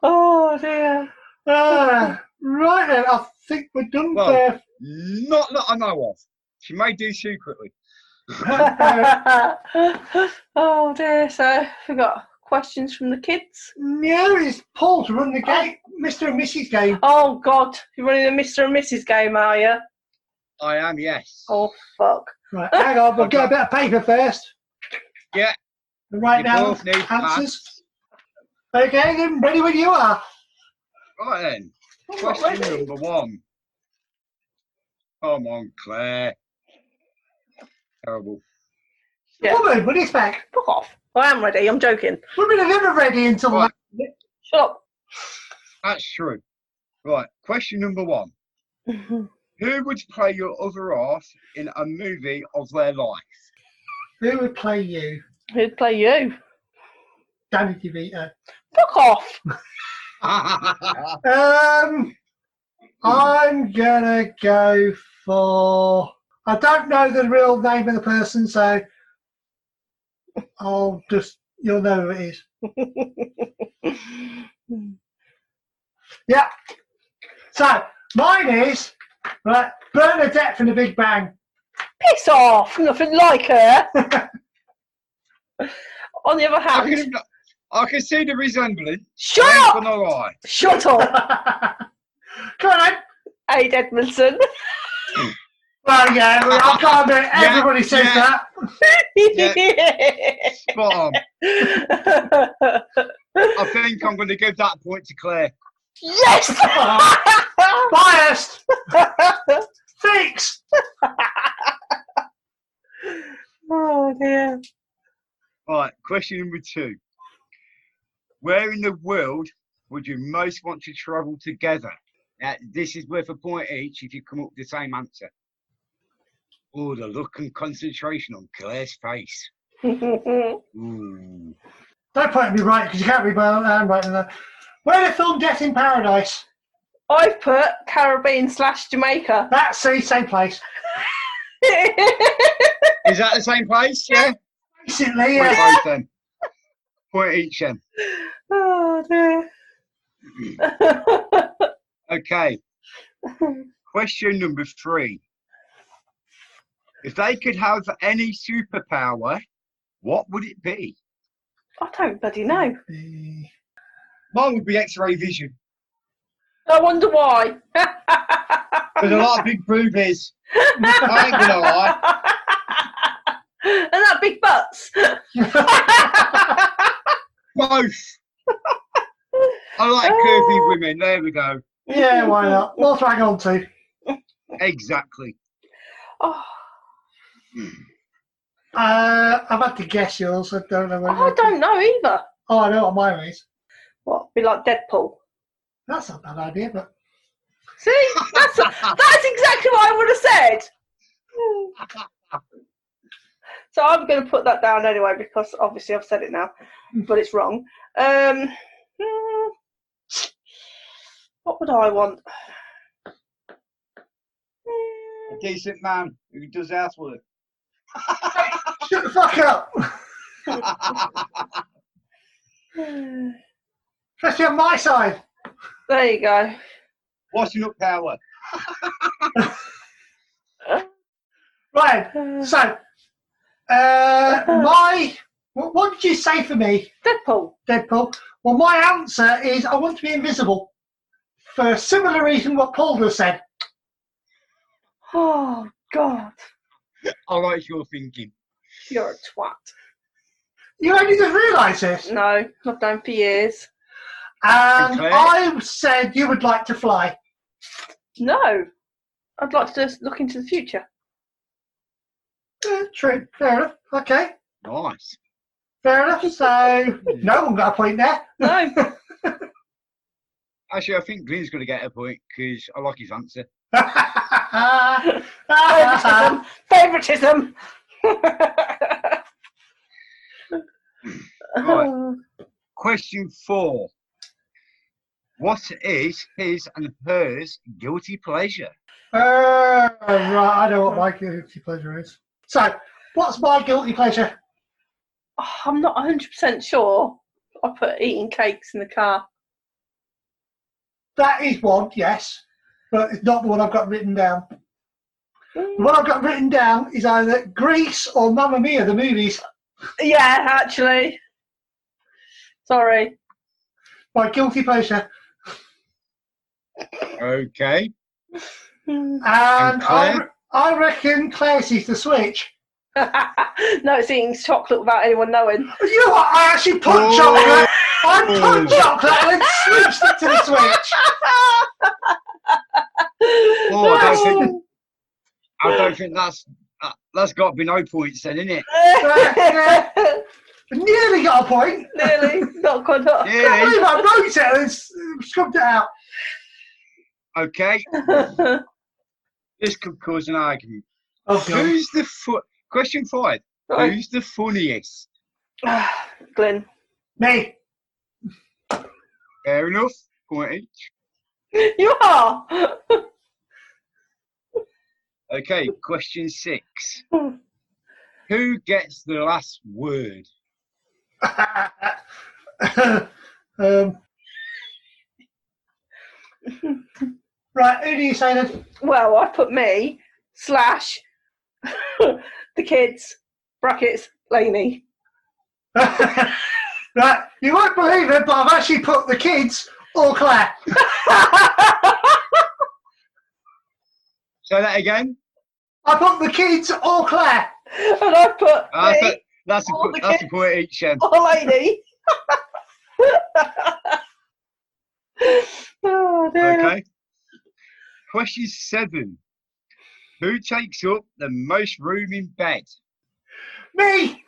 B: oh dear.
A: Ah, right then, I think we're done
C: Well,
A: there.
C: Not that I know of. She may do secretly.
B: oh dear. So we got questions from the kids.
A: No, it's Paul to run the game, Mr. and Mrs. game.
B: Oh God, you're running a Mr and Mrs game, are you?
C: I am, yes.
B: Oh fuck!
A: Right, hang on, we'll get a bit of paper first.
C: Yeah.
A: And Right
C: You
A: now,
C: both need
A: answers. Okay, then ready when you are.
C: Right then,
B: I'm not
C: question
B: ready.
C: number one. Come on, Claire. Terrible.
B: Yeah.
A: Woman, what do you expect?
B: Fuck off! I am ready. I'm joking.
A: Women are never ready until
C: Right.
B: Shut up.
C: That's true. Right, question number one. Who would play your other half in a movie of their life?
A: who would play you?
B: Who'd play you?
A: Danny DeVito.
B: Fuck off!
A: Um, I'm gonna go for. I don't know the real name of the person, so I'll just. You'll know who it is. So mine is right, Bernadette from The Big Bang.
B: Piss off! Nothing like her. On the other
C: I,
B: hand,
C: can, I can see the resemblance.
B: shut
C: I ain't
B: up!
C: gonna lie.
B: Shut
A: Come
B: up,
A: on, then.
B: Aid Edmondson.
A: Well, yeah, well, I can't do it.
C: Yeah,
A: Everybody says
C: yeah.
A: that.
C: Spot on. I think I'm going to give that point to Claire.
B: yes!
A: Biased. Thanks.
B: oh dear.
C: Right, question number two. Where in the world would you most want to travel together? Now, this is worth a point each if you come up with the same answer. Oh, the look and concentration on Claire's face. Ooh.
A: Don't point me right because you can't read my own handwriting. there. Where the film Death in Paradise?
B: I've put Caribbean slash Jamaica.
A: That's the same place.
C: Is that the same place? Yeah.
A: Basically,
C: Point
A: yeah.
C: both then. Point each then.
B: oh dear.
C: Okay. Question number three. If they could have any superpower, what would it be?
B: I don't bloody know.
C: Mine would be X-ray vision.
B: I wonder why.
C: There's a lot of big boobies. I ain't gonna lie.
B: and that big butts.
C: Both. I like curvy women. There we go.
A: yeah, why not? What to hang on to?
C: Exactly.
B: Oh,
A: Uh, I've had to guess yours. I don't know. What
B: I don't know either.
A: Oh, I know what mine is.
B: What? Be like Deadpool.
A: That's not a bad idea, but
B: See, that's that's exactly what I would have said. So I'm going to put that down anyway because obviously I've said it now, but it's wrong. Um, hmm, what would I want?
C: A decent man who does housework.
A: shut the fuck up.
B: Hmm,
A: Especially on my side.
B: There you go.
C: Washing up power.
A: Right.
B: Uh,
A: So, uh, my what, what did you say for me,
B: Deadpool.
A: Deadpool? Well, my answer is I want to be invisible for a similar reason what Paul has said.
B: Oh God,
C: I like your thinking.
B: you're a twat.
A: You only just realised this,
B: No, I've known for years.
A: and
C: Okay.
A: I said you would like to fly.
B: No, I'd like to just look into the future.
A: Yeah, Eh, true. Fair enough. Okay.
C: Nice.
A: Fair enough. So, no one got a point there.
B: No,
C: Actually, I think Glenn's going to get a point because I like his answer.
A: Uh,
B: favoritism, favoritism. Oh,
C: Right. Question four. What is his and hers guilty pleasure?
A: Uh, right, I know what my guilty pleasure is. So, what's my guilty pleasure?
B: I'm not 100% sure. I put eating cakes in the car.
A: That is one, yes, but it's not the one I've got written down. The one I've got written down is either Greece or Mamma Mia, the movies.
B: Yeah, actually. Sorry.
A: My guilty pleasure.
C: Okay.
B: Hmm.
A: And
C: And Claire?
A: I, I reckon Claire's the switch.
B: no, it's eating chocolate without anyone knowing.
A: You know what? I actually put
C: Oh.
A: chocolate. I put chocolate and then switched it to the switch.
C: Oh, I don't think,
A: No.
C: I don't think that's that, that's got to be no points then, innit?
A: Nearly got a point.
B: Nearly, not quite. Not.
A: Can't
C: Yeah.
A: believe I wrote it and s- scrubbed it out.
C: Okay. This could cause an argument.
A: Oh,
C: Who's the fu- question five?
B: Right.
C: Who's the funniest?
B: Glenn.
A: Me.
C: Fair enough. Point each.
B: You are.
C: Okay. Question six.
B: Hmm.
C: Who gets the last word?
A: um. Right, who do you say then?
B: Well, I put me slash the kids brackets Laney.
A: right, you won't believe it, but I've actually put the kids or Claire.
C: Say that again.
A: I put the kids or Claire.
B: and I put
C: Ah,
B: me
C: That's a,
B: All the
C: that's a point each. Then.
B: or Laney. oh dear.
C: Okay. Question seven. Who takes up the most room in bed?
A: Me.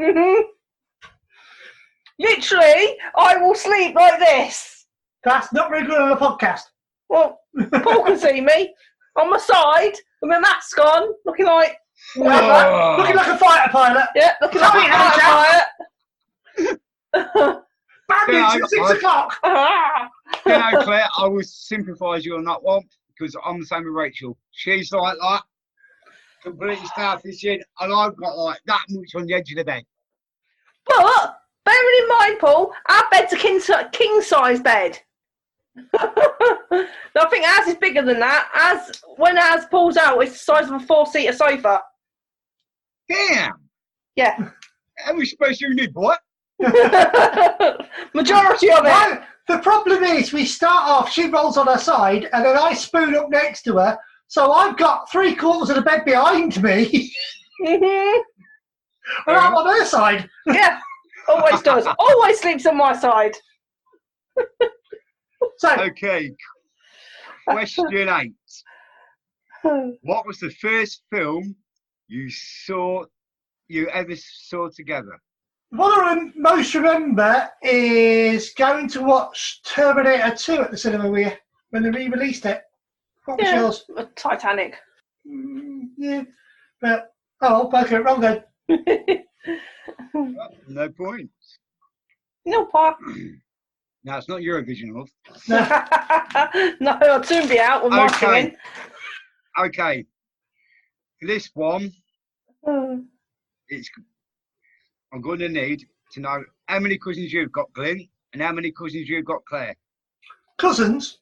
B: hmm Literally, I will sleep like this.
A: That's not very good on a podcast.
B: Well, Paul can see me on my side with my mask on, looking like whatever.
C: Oh.
A: Looking like a fighter pilot.
B: Yeah, looking like
A: Sorry,
B: a vampire.
A: Bandits
C: Yeah,
A: at six
C: I-
A: o'clock.
B: Ah.
C: you know, Claire, I will sympathise you on that one because I'm the same with Rachel. She's like that, completely starfish in, and I've got like that much on the edge of the bed.
B: But uh, bearing in mind, Paul, our bed's a king, king size bed. No, I think ours is bigger than that. As when ours pulls out, it's the size of a four-seater sofa.
C: Damn!
B: Yeah,
C: How we supposed to need what?
B: majority of it.
A: No, the problem is we start off, she rolls on her side, and then I spoon up next to her. So I've got three quarters of the bed behind me,
B: Mhm.
A: and I'm on her side.
B: Yeah, always does. Always sleeps on my side.
A: So
C: Um, Okay. Question eight. What was the first film you saw you ever saw together?
A: what I rem- most remember is going to watch Terminator 2 at the cinema with you when they re-released it. What was
B: Yeah.
A: yours?
B: Titanic.
A: Mm, yeah. But, oh, I got it wrong then.
C: Uh, No point.
B: no, Pa.
C: Now it's not Eurovision love.
B: no, I'll soon be out with my
C: Okay.
B: singing.
C: Okay. This one
B: Mm.
C: it's I'm going to need to know how many cousins you've got, Glenn, and how many cousins you've got, Claire.
A: Cousins?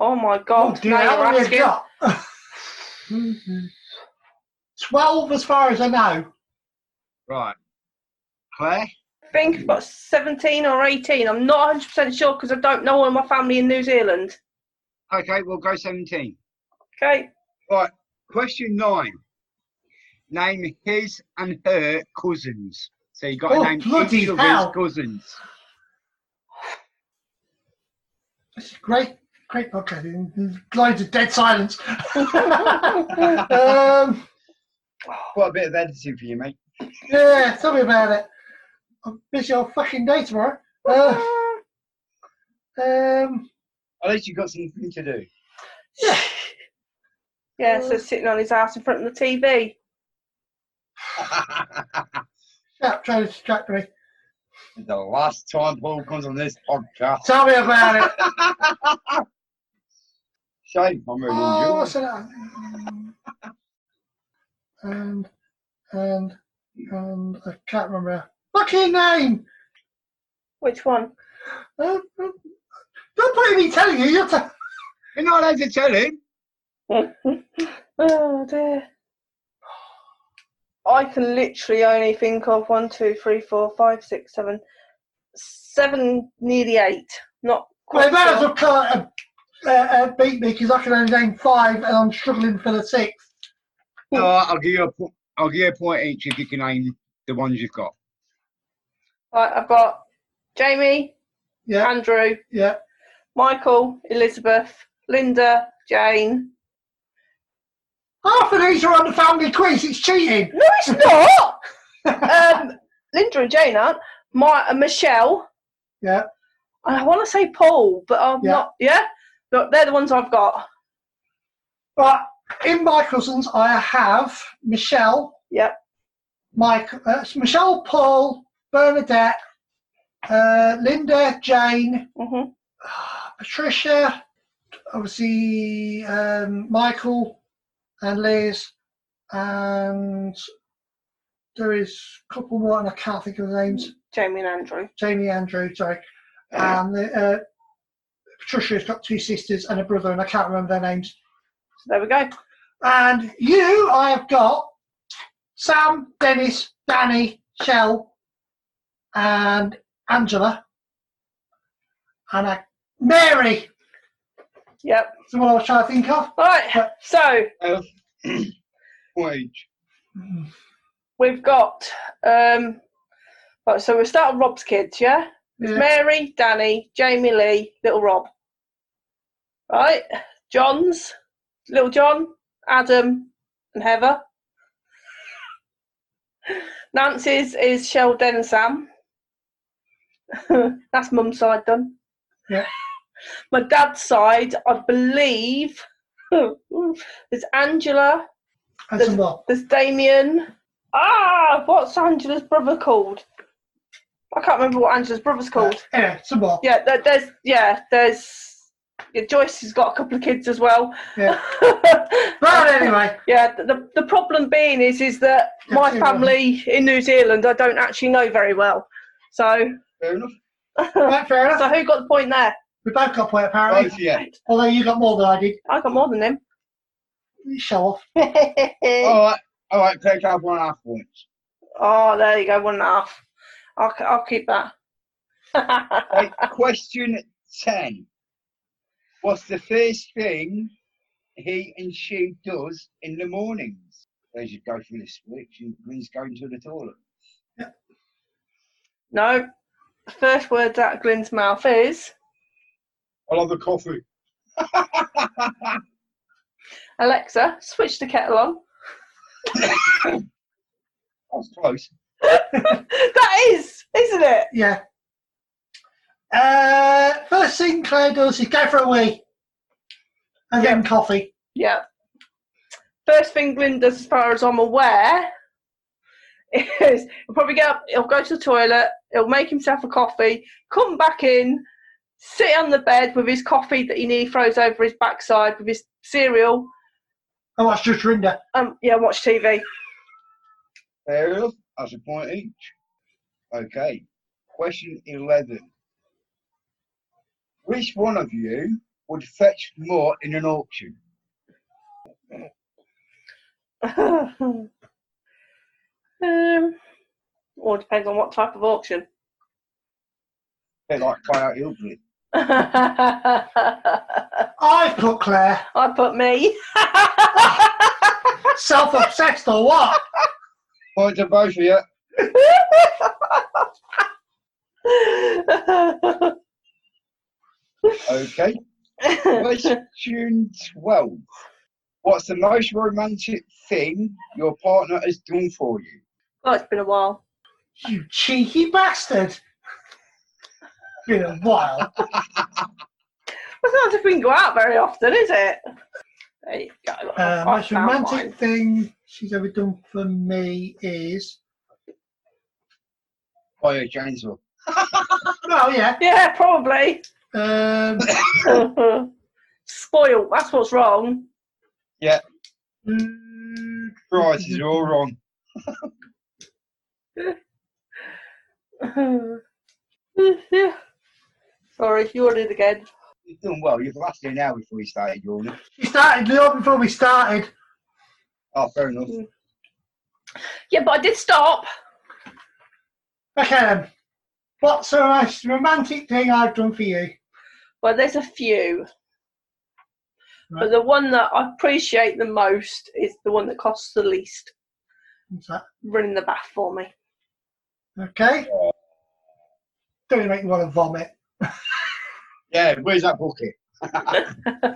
B: Oh my God!
A: dear,
B: now
A: how
B: you're
A: many have
B: asking.
A: you got? Twelve, as far as I know.
C: Right, Claire.
B: think about 17 or 18. I'm not 100% sure because I don't know all my family in New Zealand.
C: Okay, we'll go 17.
B: Okay.
C: Right, question nine. Name his and her cousins. So you got
A: Oh,
C: to name
A: bloody
C: each
A: hell.
C: of his cousins.
A: This is great, great podcast. There's Loads of dead silence. um,
C: Quite a bit of editing for you, mate.
A: yeah, tell me about it. I'm busy all fucking day tomorrow. Uh, um,
C: At least you've got something to do.
A: yeah,
B: yeah, so sitting on his ass in front of the TV.
A: stop trying to distract me.
C: the last time Paul comes on this podcast.
A: Tell me about it.
C: Shame, I'm ruining
A: oh,
C: yours.
A: what's that? Mm. And and and I can't remember. her Fucking name.
B: Which one?
A: Uh, uh, Don't put me telling you. You have to.
C: You're not allowed to tell him.
B: Oh dear. I can literally only think of one, two, three, four, five, six, seven, seven, nearly eight. Not
A: Well,
B: quite.
A: that is
B: sure.
A: a, uh, uh, beat me because I can only name five and I'm struggling for the sixth.
C: No, I'll give you a po- I'll give you a point each if you can name the ones you've got.
B: Right, I've got Jamie,
A: Yeah,
B: Andrew,
A: yeah.
B: Michael, Elizabeth, Linda, Jane.
A: Half of these are on the family quiz. It's cheating.
B: No, it's not. um, Linda and Jane aren't. My uh, Michelle.
A: Yeah.
B: And I want to say Paul, but I'm
A: Yeah.
B: not. Yeah. But they're the ones I've got.
A: But in my cousins, I have Michelle.
B: Yep.
A: Mike, uh, Michelle, Paul, Bernadette, uh, Linda, Jane,
B: hmm
A: Patricia, obviously um, Michael, and Liz, and there is a couple more, and I can't think of the names.
B: Jamie and Andrew.
A: Jamie Andrew, sorry. And uh, Patricia's got two sisters and a brother, and I can't remember their names.
B: So there we go.
A: And you, I have got Sam, Dennis, Danny, Shell, and Angela, and I, Mary.
B: Yep.
A: That's the one I was trying to think of.
B: All right. So
C: Elf. Wait.
B: we've got. Um, right, so we'll start with Rob's kids, yeah?
A: Yeah.
B: Mary, Danny, Jamie Lee, little Rob. Right? John's, little John, Adam, and Heather. Nancy's is Sheldon and Sam. That's mum's side done.
A: Yeah.
B: My dad's side, I believe, there's Angela,
A: And some more.
B: there's Damien. Ah, what's Angela's brother called? I can't remember what Angela's brother's called.
A: Yeah, Uh, some more.
B: Yeah, there, there's yeah, there's yeah, Joyce has got a couple of kids as well.
A: Yeah. But anyway,
B: Yeah, the the problem being is is that
A: Yeah,
B: my
A: too
B: family in New Zealand I don't actually know very well. So
C: Fair enough.
B: so
A: right, fair enough.
B: who got the point there?
A: We both got a point,
C: Right,
A: apparently.
C: yeah.
A: Although you got more than I did.
B: I got more than him.
A: Show off.
B: oh, oh,
C: All right. All right. Take out one half points.
B: there you go, one and a half. I'll k- I'll keep that.
C: Right, question ten. What's the first thing he and she does in the mornings? There's you go through the switch and Green's going to the toilet.
B: no, the first words out of Glenn's mouth is
C: I love the coffee.
B: Alexa, switch the kettle on.
C: That's close.
B: that is, isn't it?
A: Yeah. Uh, first thing Claire does is go for a wee. And then coffee.
B: Yeah. First thing Glyn does, as far as I'm aware, is he'll probably get up, he'll go to the toilet, he'll make himself a coffee, come back in, sit on the bed with his coffee that he nearly throws over his backside with his cereal,
A: And watch Jutrinda.
B: um, yeah, watch TV.
C: Fair enough. That's a point each. Okay. Question 11. Which one of you would fetch more in an auction?
B: um, all depends on what type of auction.
C: Bit like Coyote Ugly.
B: I
A: I've put Claire.
B: put me.
A: Self obsessed or what?
C: Point to both of you. Okay. Question 12. What's the most romantic thing your partner has done for you?
B: Oh, it's been a while.
A: You cheeky bastard. Been a while.
B: Well, it's not as if we can go out very often, is it? There you go.
A: Uh,
B: I
A: most
B: found
A: romantic
B: mine.
A: thing she's ever done for me is.
C: By a chainsaw.
A: Well, yeah.
B: Yeah, probably.
A: Um,
B: Spoiled. That's what's wrong.
A: mm,
C: Prices are all wrong.
B: yeah. Sorry, you ordered again.
C: You've done well. You've lasted an hour before you started yawning.
A: she started long before we started.
C: Oh, fair enough.
B: Yeah, but I did stop.
A: Okay then. What's the most romantic thing I've done for you?
B: Well, there's a few. But the one that I appreciate the most is the one that costs the least.
A: What's that?
B: Running the bath for me.
A: Okay. Don't make me want to vomit.
C: Yeah, where's that bucket?
A: And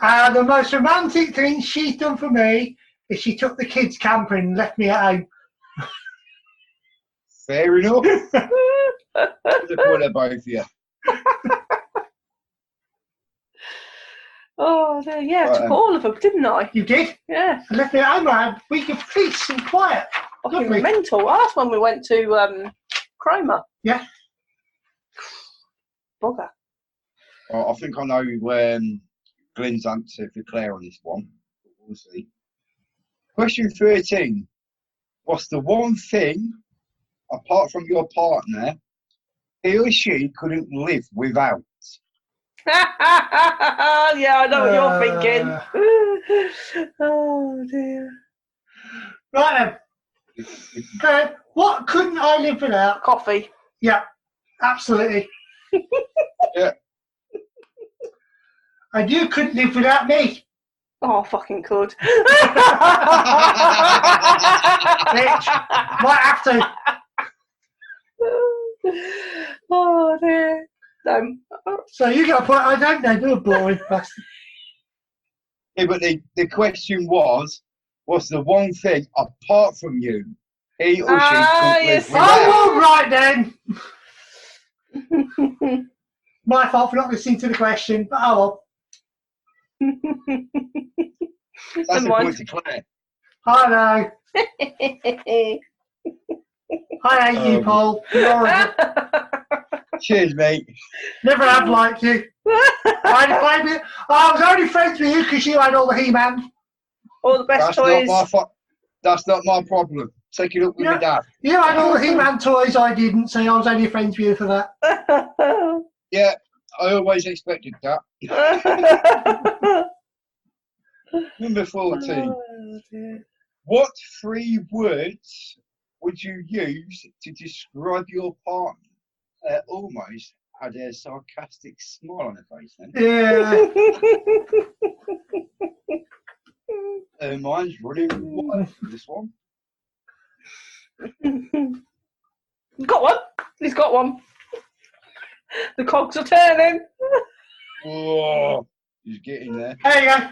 A: Uh, the most romantic thing she's done for me is she took the kids camping and left me at home.
C: Fair enough. Look what about you.
B: oh, there- yeah, I took
C: Right.
B: all of them, didn't I?
A: You did?
B: Yeah,
A: And left me at home. I had a week of peace and quiet.
B: fucking
A: Lovely.
B: mental. Well, that's when we went to um, Cromer.
A: Yeah.
B: Bugger.
C: I I think I know um, Glenn's answer for Claire on this one. We'll see. Question 13. What's the one thing, apart from your partner, he or she couldn't live without?
B: yeah, I know what
A: Uh.
B: you're thinking. oh dear.
A: Right then. Uh, what couldn't I live without?
B: Coffee.
A: Absolutely.
C: Yeah.
A: And you couldn't live without me.
B: Oh, I fucking could.
A: Right after.
B: oh dear. Um,
A: So you got a point. I don't know. You're a boring bastard.
C: Yeah, but the, the question was, what's the one thing, apart from you, he or she
B: Ah,
C: couldn't
B: yes.
C: live without?
A: Oh, all right then. My fault for not listening to the question, but oh well.
C: That's
B: Never
C: a
B: mind.
C: point to Claire.
A: I know. I hate you,
C: Um.
A: Paul. You're horrible.
C: Cheers, mate.
A: Never have liked you. I, I, I was only friends with you because you had all the He-Man.
B: all the best
C: That's not
B: toys.
C: my fault. That's not my problem. Take it up with
A: Yeah.
C: my dad.
A: You had all the He-Man toys. I didn't, so I was only friends with you for that.
C: Yeah, I always expected that. Number 14.
B: Oh, dear.
C: What three words would you use to describe your partner? Uh, almost had a sarcastic smile on her face then.
A: Yeah.
C: Her mind's Uh, running wild with this one.
B: got one. He's got one. The cogs are turning.
C: Oh, he's getting there.
A: There you go.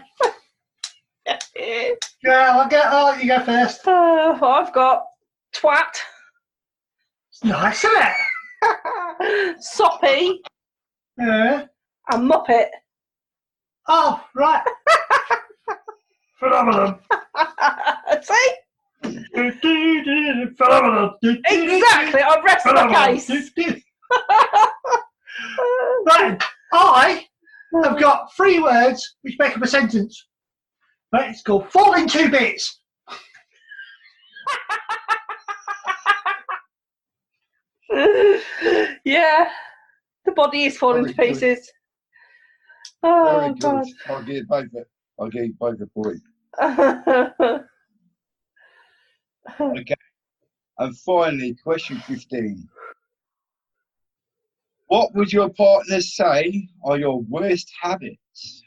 A: Yeah, I'll get. I'll let you go first.
B: Uh, I've got twat,
A: It's nice, isn't it?
B: soppy,
A: Yeah.
B: and muppet.
A: Oh, right. Phenomenon.
B: See?
A: Phenomenon.
B: Exactly. I rest the case.
A: Phenomenon. Right. I have got three words which make up a sentence. Right, it's called Fall in Two Bits.
B: yeah. The body is falling
C: Very
B: to
C: good.
B: pieces.
C: Very
B: Oh,
C: good. I'll give it both. a- I'll give it both a point.
B: God.
C: And finally, question 15. What would your partner say are your worst habits?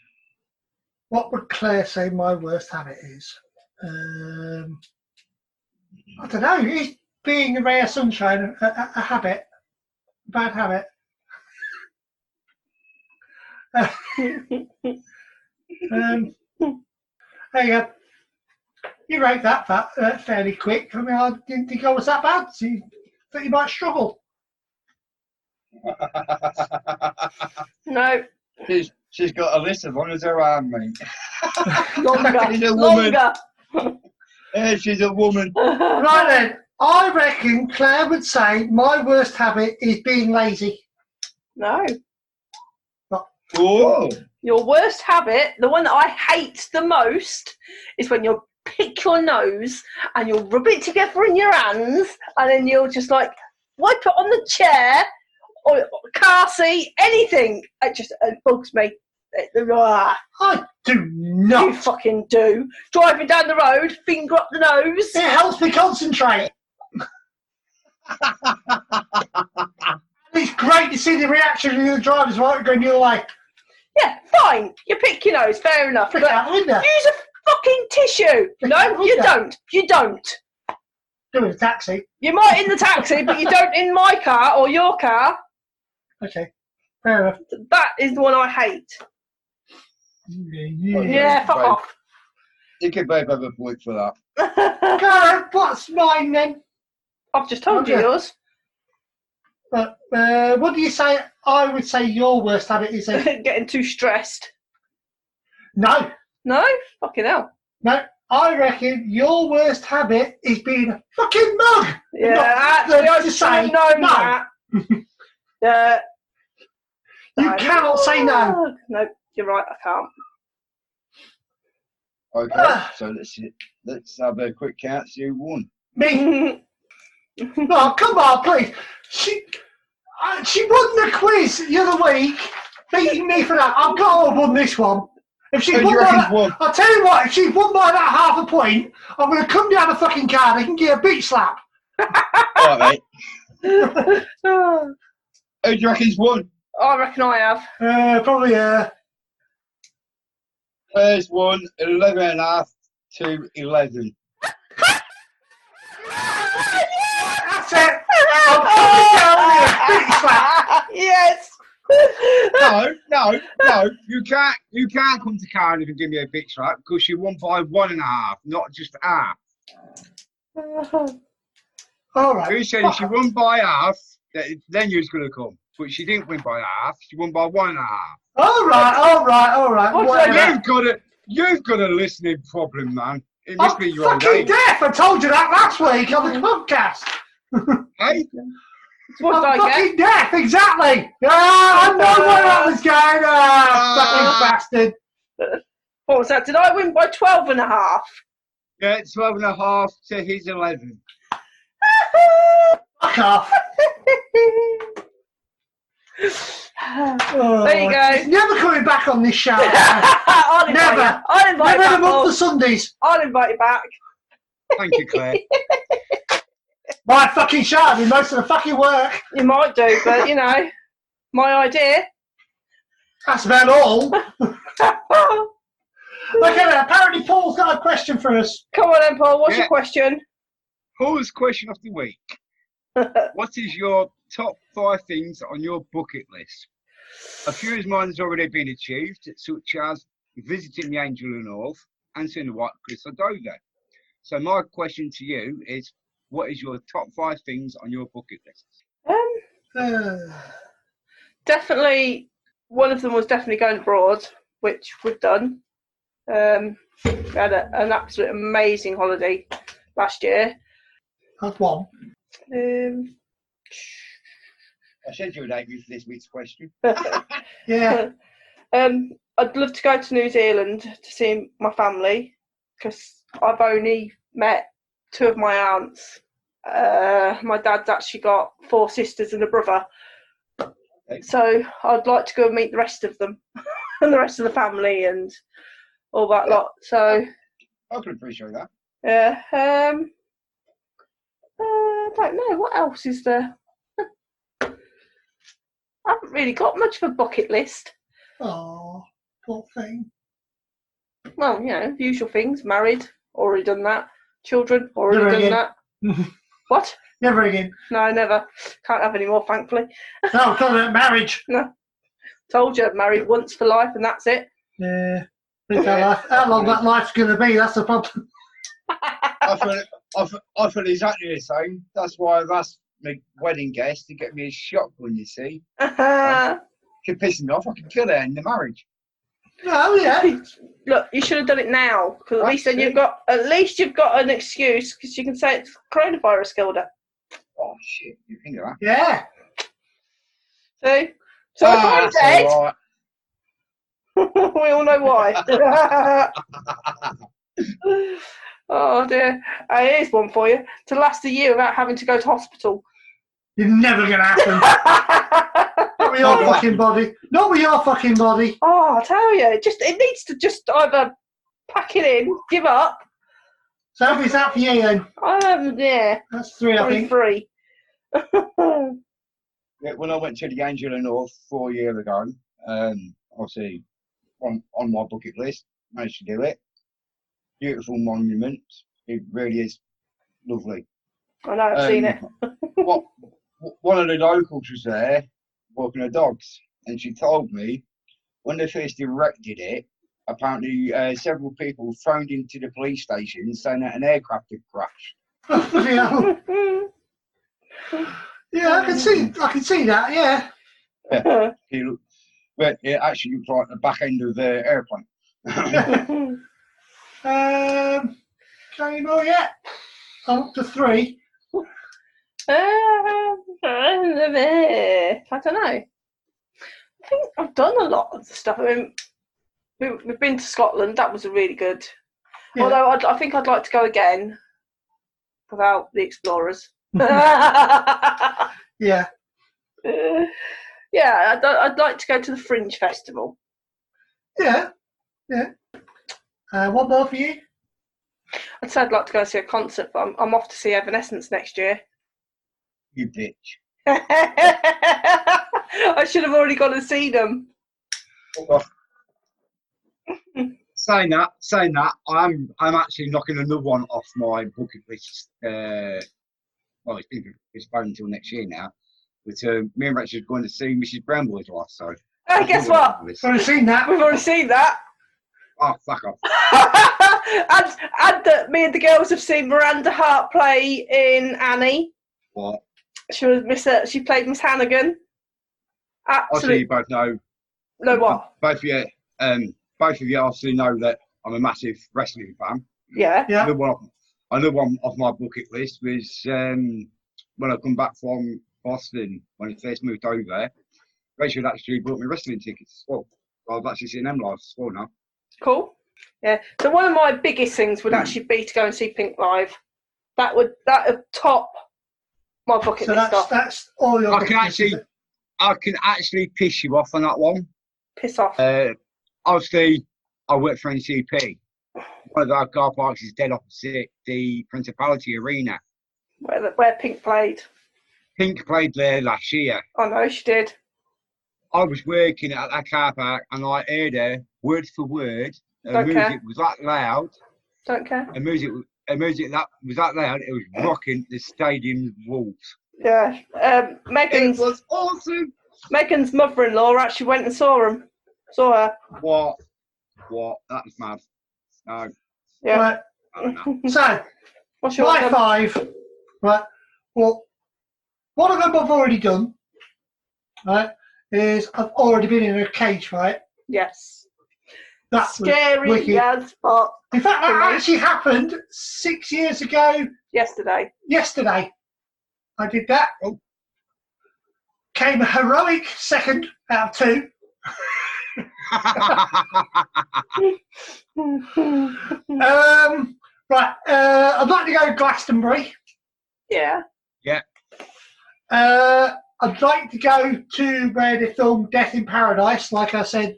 A: What would Claire say my worst habit is? Um, I don't know. Is being a ray of sunshine a, a, a habit? Bad habit. Um, there you go. You wrote that fa- uh, fairly quick. I mean, I didn't think I was that bad. So you thought you might struggle.
B: no,
C: she's, she's got a list of one as her arm, mate. She's
B: longer,
C: a woman.
B: longer.
C: Yeah, she's a woman.
A: Right then, I reckon Claire would say my worst habit is being lazy.
B: no,
C: Oh,
B: your worst habit, the one that I hate the most, is when you pick your nose and you'll rub it together in your hands, and then you'll just like wipe it on the chair or car seat, anything. It just it bugs me. It- ah.
A: I do
B: You
A: not.
B: fucking do. Driving down the road, finger up the nose.
A: It helps me concentrate. it's great to see the reaction of the drivers while they're going the other way.
B: Yeah, fine. You pick your nose. Fair enough.
A: Pick
B: But
A: out the window.
B: use a fucking tissue.
A: Pick out
B: No,
A: the
B: you
A: window.
B: don't. You don't.
A: Do it in a taxi.
B: You might in the taxi, but you don't in my car or your car.
A: Okay. Fair enough.
B: That is the one I hate.
A: Yeah. Oh,
C: Yeah.
B: Yeah, fuck
C: Right.
B: off.
C: You could both have a point for that.
A: Gareth, what's mine then?
B: I've just told you
A: Okay.
B: yours.
A: But, uh, what do you say? I would say your worst habit is a
B: Getting too stressed.
A: no,
B: No? Fucking hell.
A: no. I reckon your worst habit is being a fucking mug.
B: Yeah,
A: Not
B: actually,
A: to
B: I should have
A: say
B: known
A: no.
B: that. yeah.
A: You cannot say no.
B: No, you're right, I can't.
C: Okay,
A: Ah.
C: so let's let's have a quick count. See who won.
A: Me? No, come on, please. She, uh, she won the quiz the other week, beating me for that. I've got to have won this one. If she
C: Who do
A: won
C: you
A: by
C: reckon's
A: that,
C: won?
A: I'll tell you what. If she won by that half a point, I'm going to come down the fucking card. I can get a beat slap.
C: All right,
B: Oh,
C: mate. Who do you reckon's won?
B: I reckon I have.
A: Uh, probably. Uh,
C: First one, 11 and a half to 11.
A: that's it. I'm coming down with a beat slap.
B: yes.
C: No, no, no. You can't you can't come to Cardiff and give me a bitch slap because you won by one and a half, not just half.
A: All right.
C: Who said if she won by half, that- then you was going to come? But she didn't win by half. She won by one and a half.
A: All right. All right. All right.
B: What's
A: whatever.
B: that?
C: You've got a you've got a listening problem, man. It must be
A: I'm
C: your old
A: fucking
C: age.
A: deaf. I told Oh, you that last week on the podcast.
C: Hey,
B: what
A: I'm
B: did I get?
A: Oh, fucking deaf, exactly. Ah, I
B: Uh,
A: know where I was going. Ah,
C: Ah.
A: fucking bastard.
B: What was that? Did I win by 12 and a half?
C: yeah, 12 and a half to his 11.
A: Fuck off. Oh,
B: There you go.
A: It's never coming back on this show. never
B: I'll invite
A: Never.
B: you. I'll invite you
A: in a
B: back.
A: month for
B: Paul.
A: Sundays.
B: I'll invite you back.
C: Thank you, Claire.
A: My fucking show. I do most of the fucking work.
B: You might do, but you know, my idea.
A: That's about all. okay,
B: Oh,
A: then, apparently Paul's got a question for us.
B: Come on, then, Paul. What's
C: Yeah.
B: your question?
C: Paul's question of the week. what is your top five things on your bucket list? A few of mine has already been achieved, such as visiting the Angel of the North and seeing the White Crystal Dover. So my question to you is, what is your top five things on your bucket list?
B: Um,
A: Uh,
B: definitely, one of them was definitely going abroad, which we've done. Um, we had a, an absolute amazing holiday last year.
A: that's one.
B: Um,
C: I said you would angry for this week's question.
A: Yeah.
B: um, I'd love to go to New Zealand to see my family because I've only met two of my aunts. Uh, my dad's actually got four sisters and a brother,
C: Okay.
B: so I'd like to go and meet the rest of them and the rest of the family and all that lot. So
C: I can appreciate that.
B: yeah, um, uh, I don't know what else is there. I haven't really got much of a bucket list.
A: Oh, poor thing.
B: Well, you know, usual things. Married, already done that. Children, already
A: Never
B: done
A: again.
B: that. what?
A: Never again.
B: No, never. Can't have any more, thankfully.
A: No, talking about marriage.
B: Told you, married once for life, and that's it.
A: Yeah. Think how life- how long that life's going to be, that's the problem.
C: I feel, I feel, I feel exactly the same. That's why I've asked my wedding guest to get me a shotgun, you see. If you're pissing me off, I can kill her in the marriage.
A: Oh, yeah.
B: Look, you should have done it now, because at least then you've
C: Absolutely.
B: got at least you've got an excuse, because you can say it's coronavirus killed her.
C: Oh, shit. You think of that?
A: Yeah.
B: See? So if
C: Ah,
B: I'm
C: that's
B: dead,
C: all right.
B: we all know why. oh dear, Uh, here's one for you to last a year without having to go to hospital.
A: You're never going to happen. Not with your
C: Not
A: fucking body. Not with your fucking body.
B: Oh, I tell you, it just it needs to just either pack it in, give up.
A: So how is that for you then?
B: Um, yeah,
A: That's three, I
B: probably
A: think.
B: three.
C: Yeah, when I went to the Angela North four years ago, um, obviously on, on my bucket list. Managed to do it. Beautiful monument. It really is lovely.
B: I know, I've seen it.
C: Um, what, one of the locals was there walking her dogs, and she told me when they first erected it, apparently uh, several people phoned into the police station saying that an aircraft had crashed.
A: Bloody hell. Yeah, I can see. I can see that. Yeah.
C: It looked- but it actually looked like the back end of the airplane.
A: Um, okay, more yet? I'm up to three.
B: Um, I don't know. I think I've done a lot of the stuff. I mean, we, we've been to Scotland. That was really good.
A: Yeah.
B: Although I'd, I think I'd like to go again without the explorers. yeah,
A: Yeah.
B: Uh, I'd, I'd like to go to the Fringe Festival.
A: Yeah. Yeah. Uh, one more for you.
B: I'd say I'd like to go see a concert, but I'm, I'm off to see Evanescence next year.
C: You bitch.
B: I should have already gone and seen them.
C: saying that, saying that, I'm I'm actually knocking another one off my bucket list. Uh, well, it's been postponed until next year now. But uh, me and Rachel's going to see Mrs. Bramble's wife, so.
B: And guess what?
A: Have you seen that?
B: We've already seen that.
C: Oh, fuck off.
B: and and that me and the girls have seen Miranda Hart play in Annie.
C: What?
B: She was Miss. uh, She played Miss Hannigan.
C: Obviously, you
B: Absolutely.
C: both know.
B: No what?
C: Both of you, um, both of you obviously know that I'm a massive wrestling fan.
B: Yeah.
A: Yeah.
C: Another one, off- another one off my bucket list was um, when I come back from Boston when I first moved over. Rachel actually bought me wrestling tickets as well. I've actually seen them live as well now.
B: Cool. Yeah. So one of my biggest things
A: Hmm.
B: would actually be to go and see Pink live. That would that would top my bucket
A: So
B: list
A: that's
B: off.
A: that's all your.
C: I can actually, I can actually piss you off on that one.
B: Piss off.
C: Uh, obviously, I work for NCP. One of our car parks is dead opposite the Principality Arena.
B: Where the- where Pink played.
C: Pink played there last year.
B: I know she did.
C: I was working at that car park and I heard her word for word. Her
B: Okay.
C: music was that loud.
B: Don't care.
C: Her music, her music that was that loud. It was rocking the stadium walls.
B: Yeah. Um,
C: It
B: Megan's
C: was awesome.
B: Megan's mother-in-law actually went and saw him. Saw her.
C: What? What? That's mad. No,
B: Yeah.
A: Right.
C: no, no.
A: So
B: What's your
A: my
B: number?
A: five. Right. Well, one of them I've already done. Right. Is I've already been in a cage fight.
B: Yes.
A: That's
B: Scary
A: wicked.
B: yes, but
A: In fact, that
B: Amazing.
A: actually happened six years ago
B: yesterday.
A: yesterday. I did that.
C: Oh.
A: Came a heroic second out of two. Um, right, uh, I'd like to go Glastonbury.
B: yeah.
A: Uh, I'd like to go to where they filmed Death in Paradise, like I said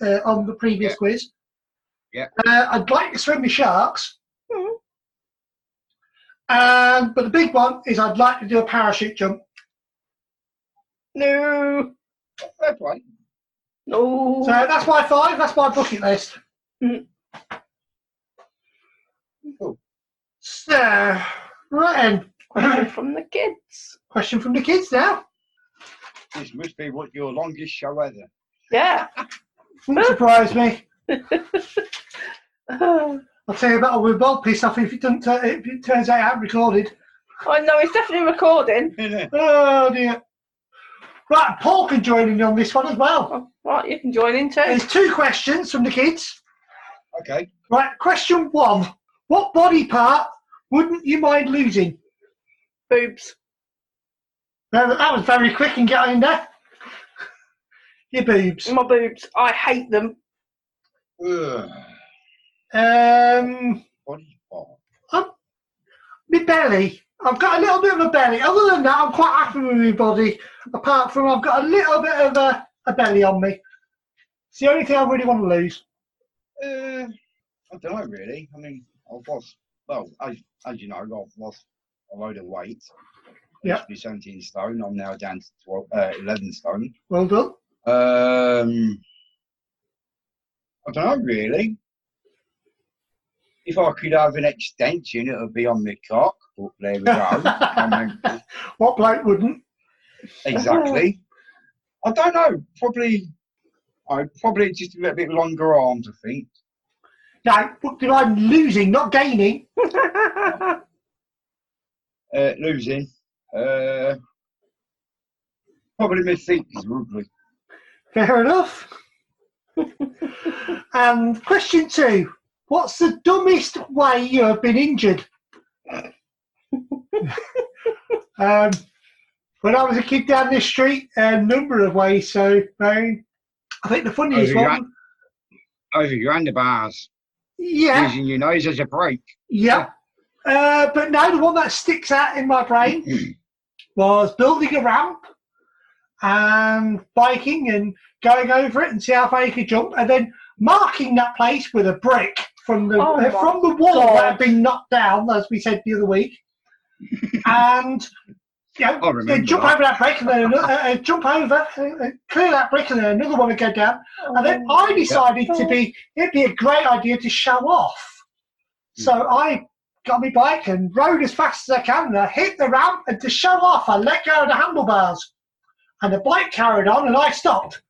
A: uh, on the previous
C: Yeah.
A: quiz.
C: Yeah.
A: Uh, I'd like to swim with sharks.
B: Mhm.
A: Um, but the big one is I'd like to do a parachute jump.
B: No.
C: Fair play.
B: No.
A: So that's my five. That's my bucket list.
B: Mm.
C: Cool.
A: So, right
B: Question
A: then.
B: from the kids.
A: Question from the kids now.
C: This must be what your longest show ever.
B: Yeah.
A: Wouldn't surprise me. I'll tell you about a we're both pissed off if it doesn't. Turn, if it turns out I haven't recorded.
B: I know Uh, it's definitely recording.
A: Oh dear. Right, Paul can join in on this one as well.
B: Oh, right, you can join in too.
A: There's two questions from the kids.
C: okay.
A: Right, question one: What body part wouldn't you mind losing?
B: Boobs.
A: Now, That was very quick and getting there. Your boobs.
B: My boobs. I hate them.
C: Ugh.
A: Um,
C: Body part.
A: my belly. I've got a little bit of a belly. Other than that, I'm quite happy with my body. Apart from I've got a little bit of a, a belly on me. It's the only thing I really want to lose.
C: Uh, I don't know really. I mean, I've lost. Well, as, as you know, I've lost a load of weight. I
A: Yeah.
C: used to be 17 stone. I'm now down to 12, uh, 11 stone.
A: Well done.
C: Um, I don't know really. If I could have an extension, it would be on my cock. But there we go. I mean,
A: What bloke wouldn't?
C: exactly. I don't know. Probably. I probably just a little bit longer arms. I think.
A: No, but I'm losing, not gaining.
C: Uh, losing. Uh, probably my feet is ugly.
A: Fair enough. and question two What's the dumbest way you have been injured? um, when I was a kid down this street, a number of ways. So, no, I think the funniest
C: Oh,
A: one.
C: yeah. Over your handlebars,
A: Yeah,
C: using your nose as a brake.
A: yeah. Uh, but no, the one that sticks out in my brain was building a ramp and biking and going over it and see how far you could jump, and then marking that place with a brick from the
B: Oh
A: uh,
B: my
A: from the wall
B: God.
A: that had been knocked down, as we said the other week, and. Yeah,
C: I remember
A: then jump
C: that.
A: over that brick and then another, uh, jump over, uh, uh, clear that brick and then another one would go down. And then I decided to be, it'd be a great idea to show off. So I got my bike and rode as fast as I can and I hit the ramp and to show off, I let go of the handlebars. And the bike carried on and I stopped.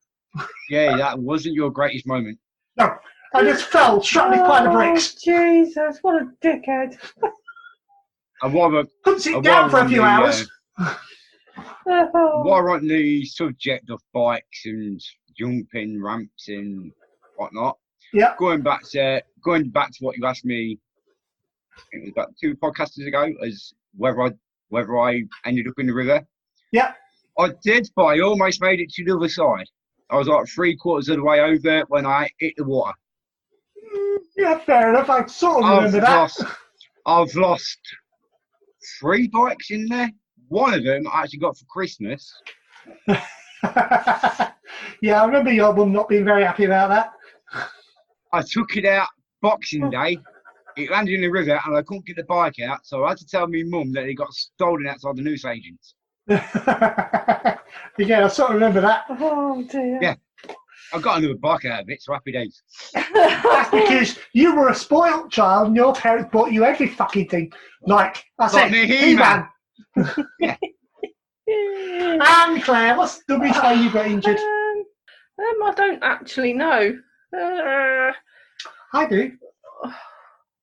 C: Yeah, that wasn't your greatest moment.
A: I just fell, struck me by the bricks.
B: Oh, Jesus, what a dickhead.
C: And while we're,
A: Couldn't sit
C: and
A: down
C: while
A: for
C: we're
A: a
C: on
A: few
C: the,
A: hours.
B: Oh,
C: uh, while we're on the subject of bikes and jumping ramps and whatnot,
A: Yeah.
C: going back to going back to what you asked me, it was about two podcasters ago, as whether I whether I ended up in the river.
A: Yeah.
C: I did, but I almost made it to the other side. I was like three quarters of the way over when I hit the water.
A: Mm, Yeah, fair enough. I sort of
C: I've
A: remember that.
C: lost, I've lost three bikes in there. One of them I actually got for Christmas.
A: yeah, I remember your mum not being very happy about that.
C: I took it out Boxing Day. It landed in the river and I couldn't get the bike out, so I had to tell my mum that it got stolen outside the newsagent.
A: Again, I sort of remember that.
B: Oh dear.
C: Yeah. I got another bike out of it, so happy days.
A: That's because you were a spoilt child and your parents bought you every fucking thing. Like, I said,
C: Like the
A: He-Man.
C: He-Man.
A: And Claire, what's the dumbest way you got injured?
B: Um, um, I don't actually know. Uh,
A: I do.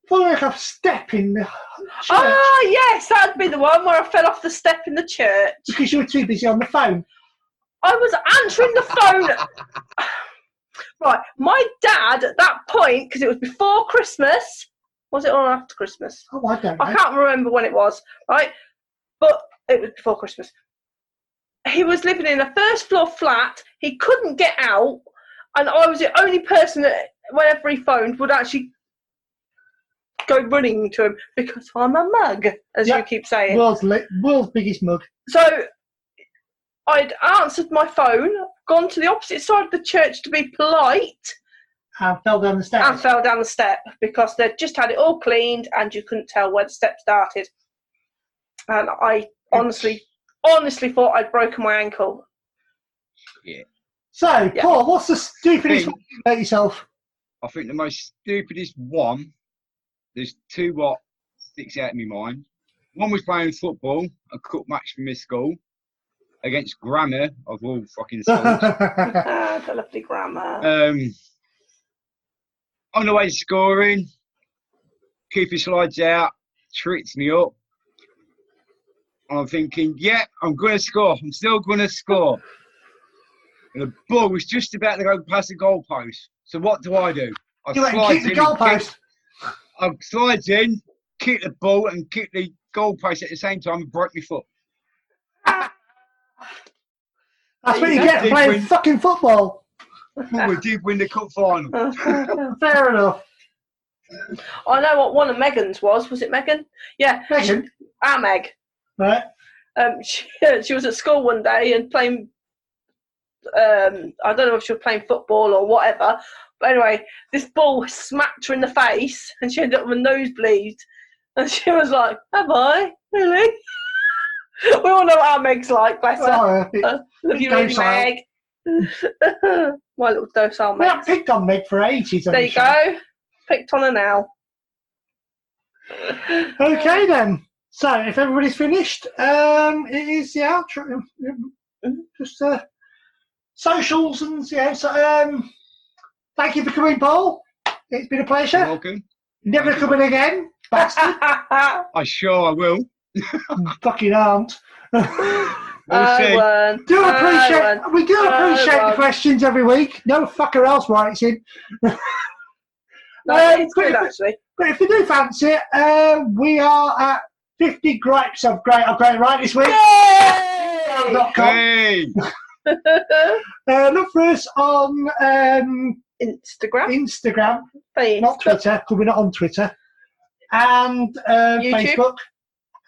A: Following a step in the church
B: oh yes, that'd be the one where I fell off the step in the church.
A: because you were too busy on the phone.
B: I was answering the phone. right, my dad at that point, because it was before Christmas, was it or after Christmas?
A: Oh, I don't
B: I
A: know.
B: can't remember when it was, right? But it was before Christmas. He was living in a first floor flat. He couldn't get out, and I was the only person that, whenever he phoned, would actually go running to him because I'm a mug, as
A: Yeah.
B: you keep saying.
A: World's, li- world's biggest mug.
B: So I'd answered my phone, gone to the opposite side of the church to be polite,
A: And fell down the
B: and
A: stairs.
B: fell down the step because they'd just had it all cleaned and you couldn't tell where the step started. And I honestly, honestly thought I'd broken my ankle.
A: So,
B: Yeah.
A: Paul, what's the stupidest
C: Thing.
A: way you hurt yourself?
C: I think the most stupidest one, there's two what sticks out in my mind. One was playing football, a cup match for my school, against grammar of all fucking schools.
B: ah, the lovely grammar.
C: um, on the way to scoring, keeper slides out, tricks me up. I'm thinking, yeah, I'm going to score. I'm still going to score. And the ball was just about to go past the goalpost. So what do I do? I
A: you went and kicked the
C: in and kick-
A: goalpost.
C: I slides in, kick the ball, and kick the goalpost at the same time and broke my foot.
A: That's what
B: There
A: you
B: you
A: get
C: go.
A: for playing
C: Different-
A: fucking football.
C: But we did win the cup final.
A: Fair enough.
B: I know what one of Megan's was. Was it Megan? Yeah,
A: Megan,
B: our Meg.
A: right?
B: um, she, she was at school one day and playing. Um, I don't know if she was playing football or whatever, but anyway, this ball smacked her in the face, and she ended up with a nosebleed. And she was like, "Have I really?" we all know what our Meg's like, bless her.
A: Oh, uh,
B: Love you,
A: Don't
B: really,
A: sigh.
B: Meg. My little docile
A: We
B: mate.
A: haven't picked on Meg for ages. on
B: There
A: the
B: you
A: show.
B: go. Picked on her now.
A: Okay then. So if everybody's finished, um, it is the outro. Just uh, socials and yeah. So um, thank you for coming, Paul. It's been a
C: You're
A: pleasure.
C: welcome.
A: Never coming again, bastard.
C: I sure I will.
A: Fucking aren't. do
C: We'll see.
B: I won. I
A: appreciate
B: won.
A: we do
B: I
A: appreciate the
B: won't.
A: questions every week. No fucker else writes in.
B: No,
A: Um,
B: it's good
A: quick-
B: actually.
A: But if you do fancy it, uh, we are at 50 gripes of great of great right this week. dot com.
C: Hey!
A: Uh, look for us on um,
B: Instagram,
A: Instagram, not
B: Facebook,
A: Twitter, because we're not on Twitter, and uh,
B: YouTube.
A: Facebook,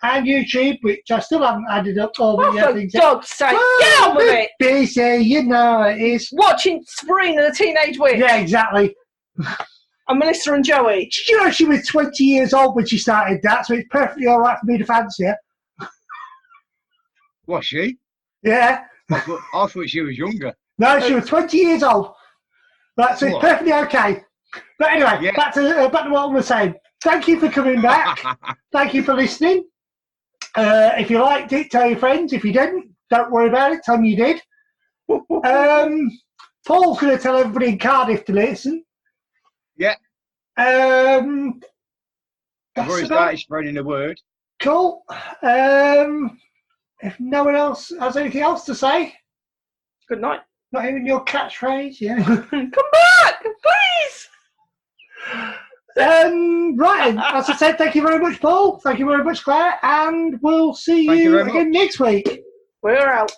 A: and YouTube, which I still haven't added up all the
B: Oh,
A: uh,
B: for
A: things.
B: God's sake, get on with it.
A: Busy, you know it is.
B: Watching Spring and the Teenage Witch
A: Yeah, exactly.
B: and Melissa and Joey.
A: Did you know she was 20 years old when she started that, so it's perfectly all right for me to fancy her.
C: Was she?
A: Yeah.
C: I thought, I thought she was younger.
A: No, she was 20 years old. That's it's
C: What?
A: perfectly okay. But anyway,
C: Yeah.
A: back to uh, back to what we were saying. Thank you for coming back. Thank you for listening. Uh, if you liked it, tell your friends. If you didn't, don't worry about it. Tell them you did. Um, Paul's going to tell everybody in Cardiff to listen.
C: Yeah.
A: Um,
C: I've
A: that's
C: already
A: about
C: started spreading the word.
A: cool. Um, if no one else has anything else to say,
B: Good night.
A: not even your catchphrase, yeah.
B: Come back, please.
A: Um, right, and as I said, thank you very much, Paul. Thank you very much, Claire, and we'll see
C: Thank you
A: you
C: very
A: again
C: much.
A: next week.
B: We're out.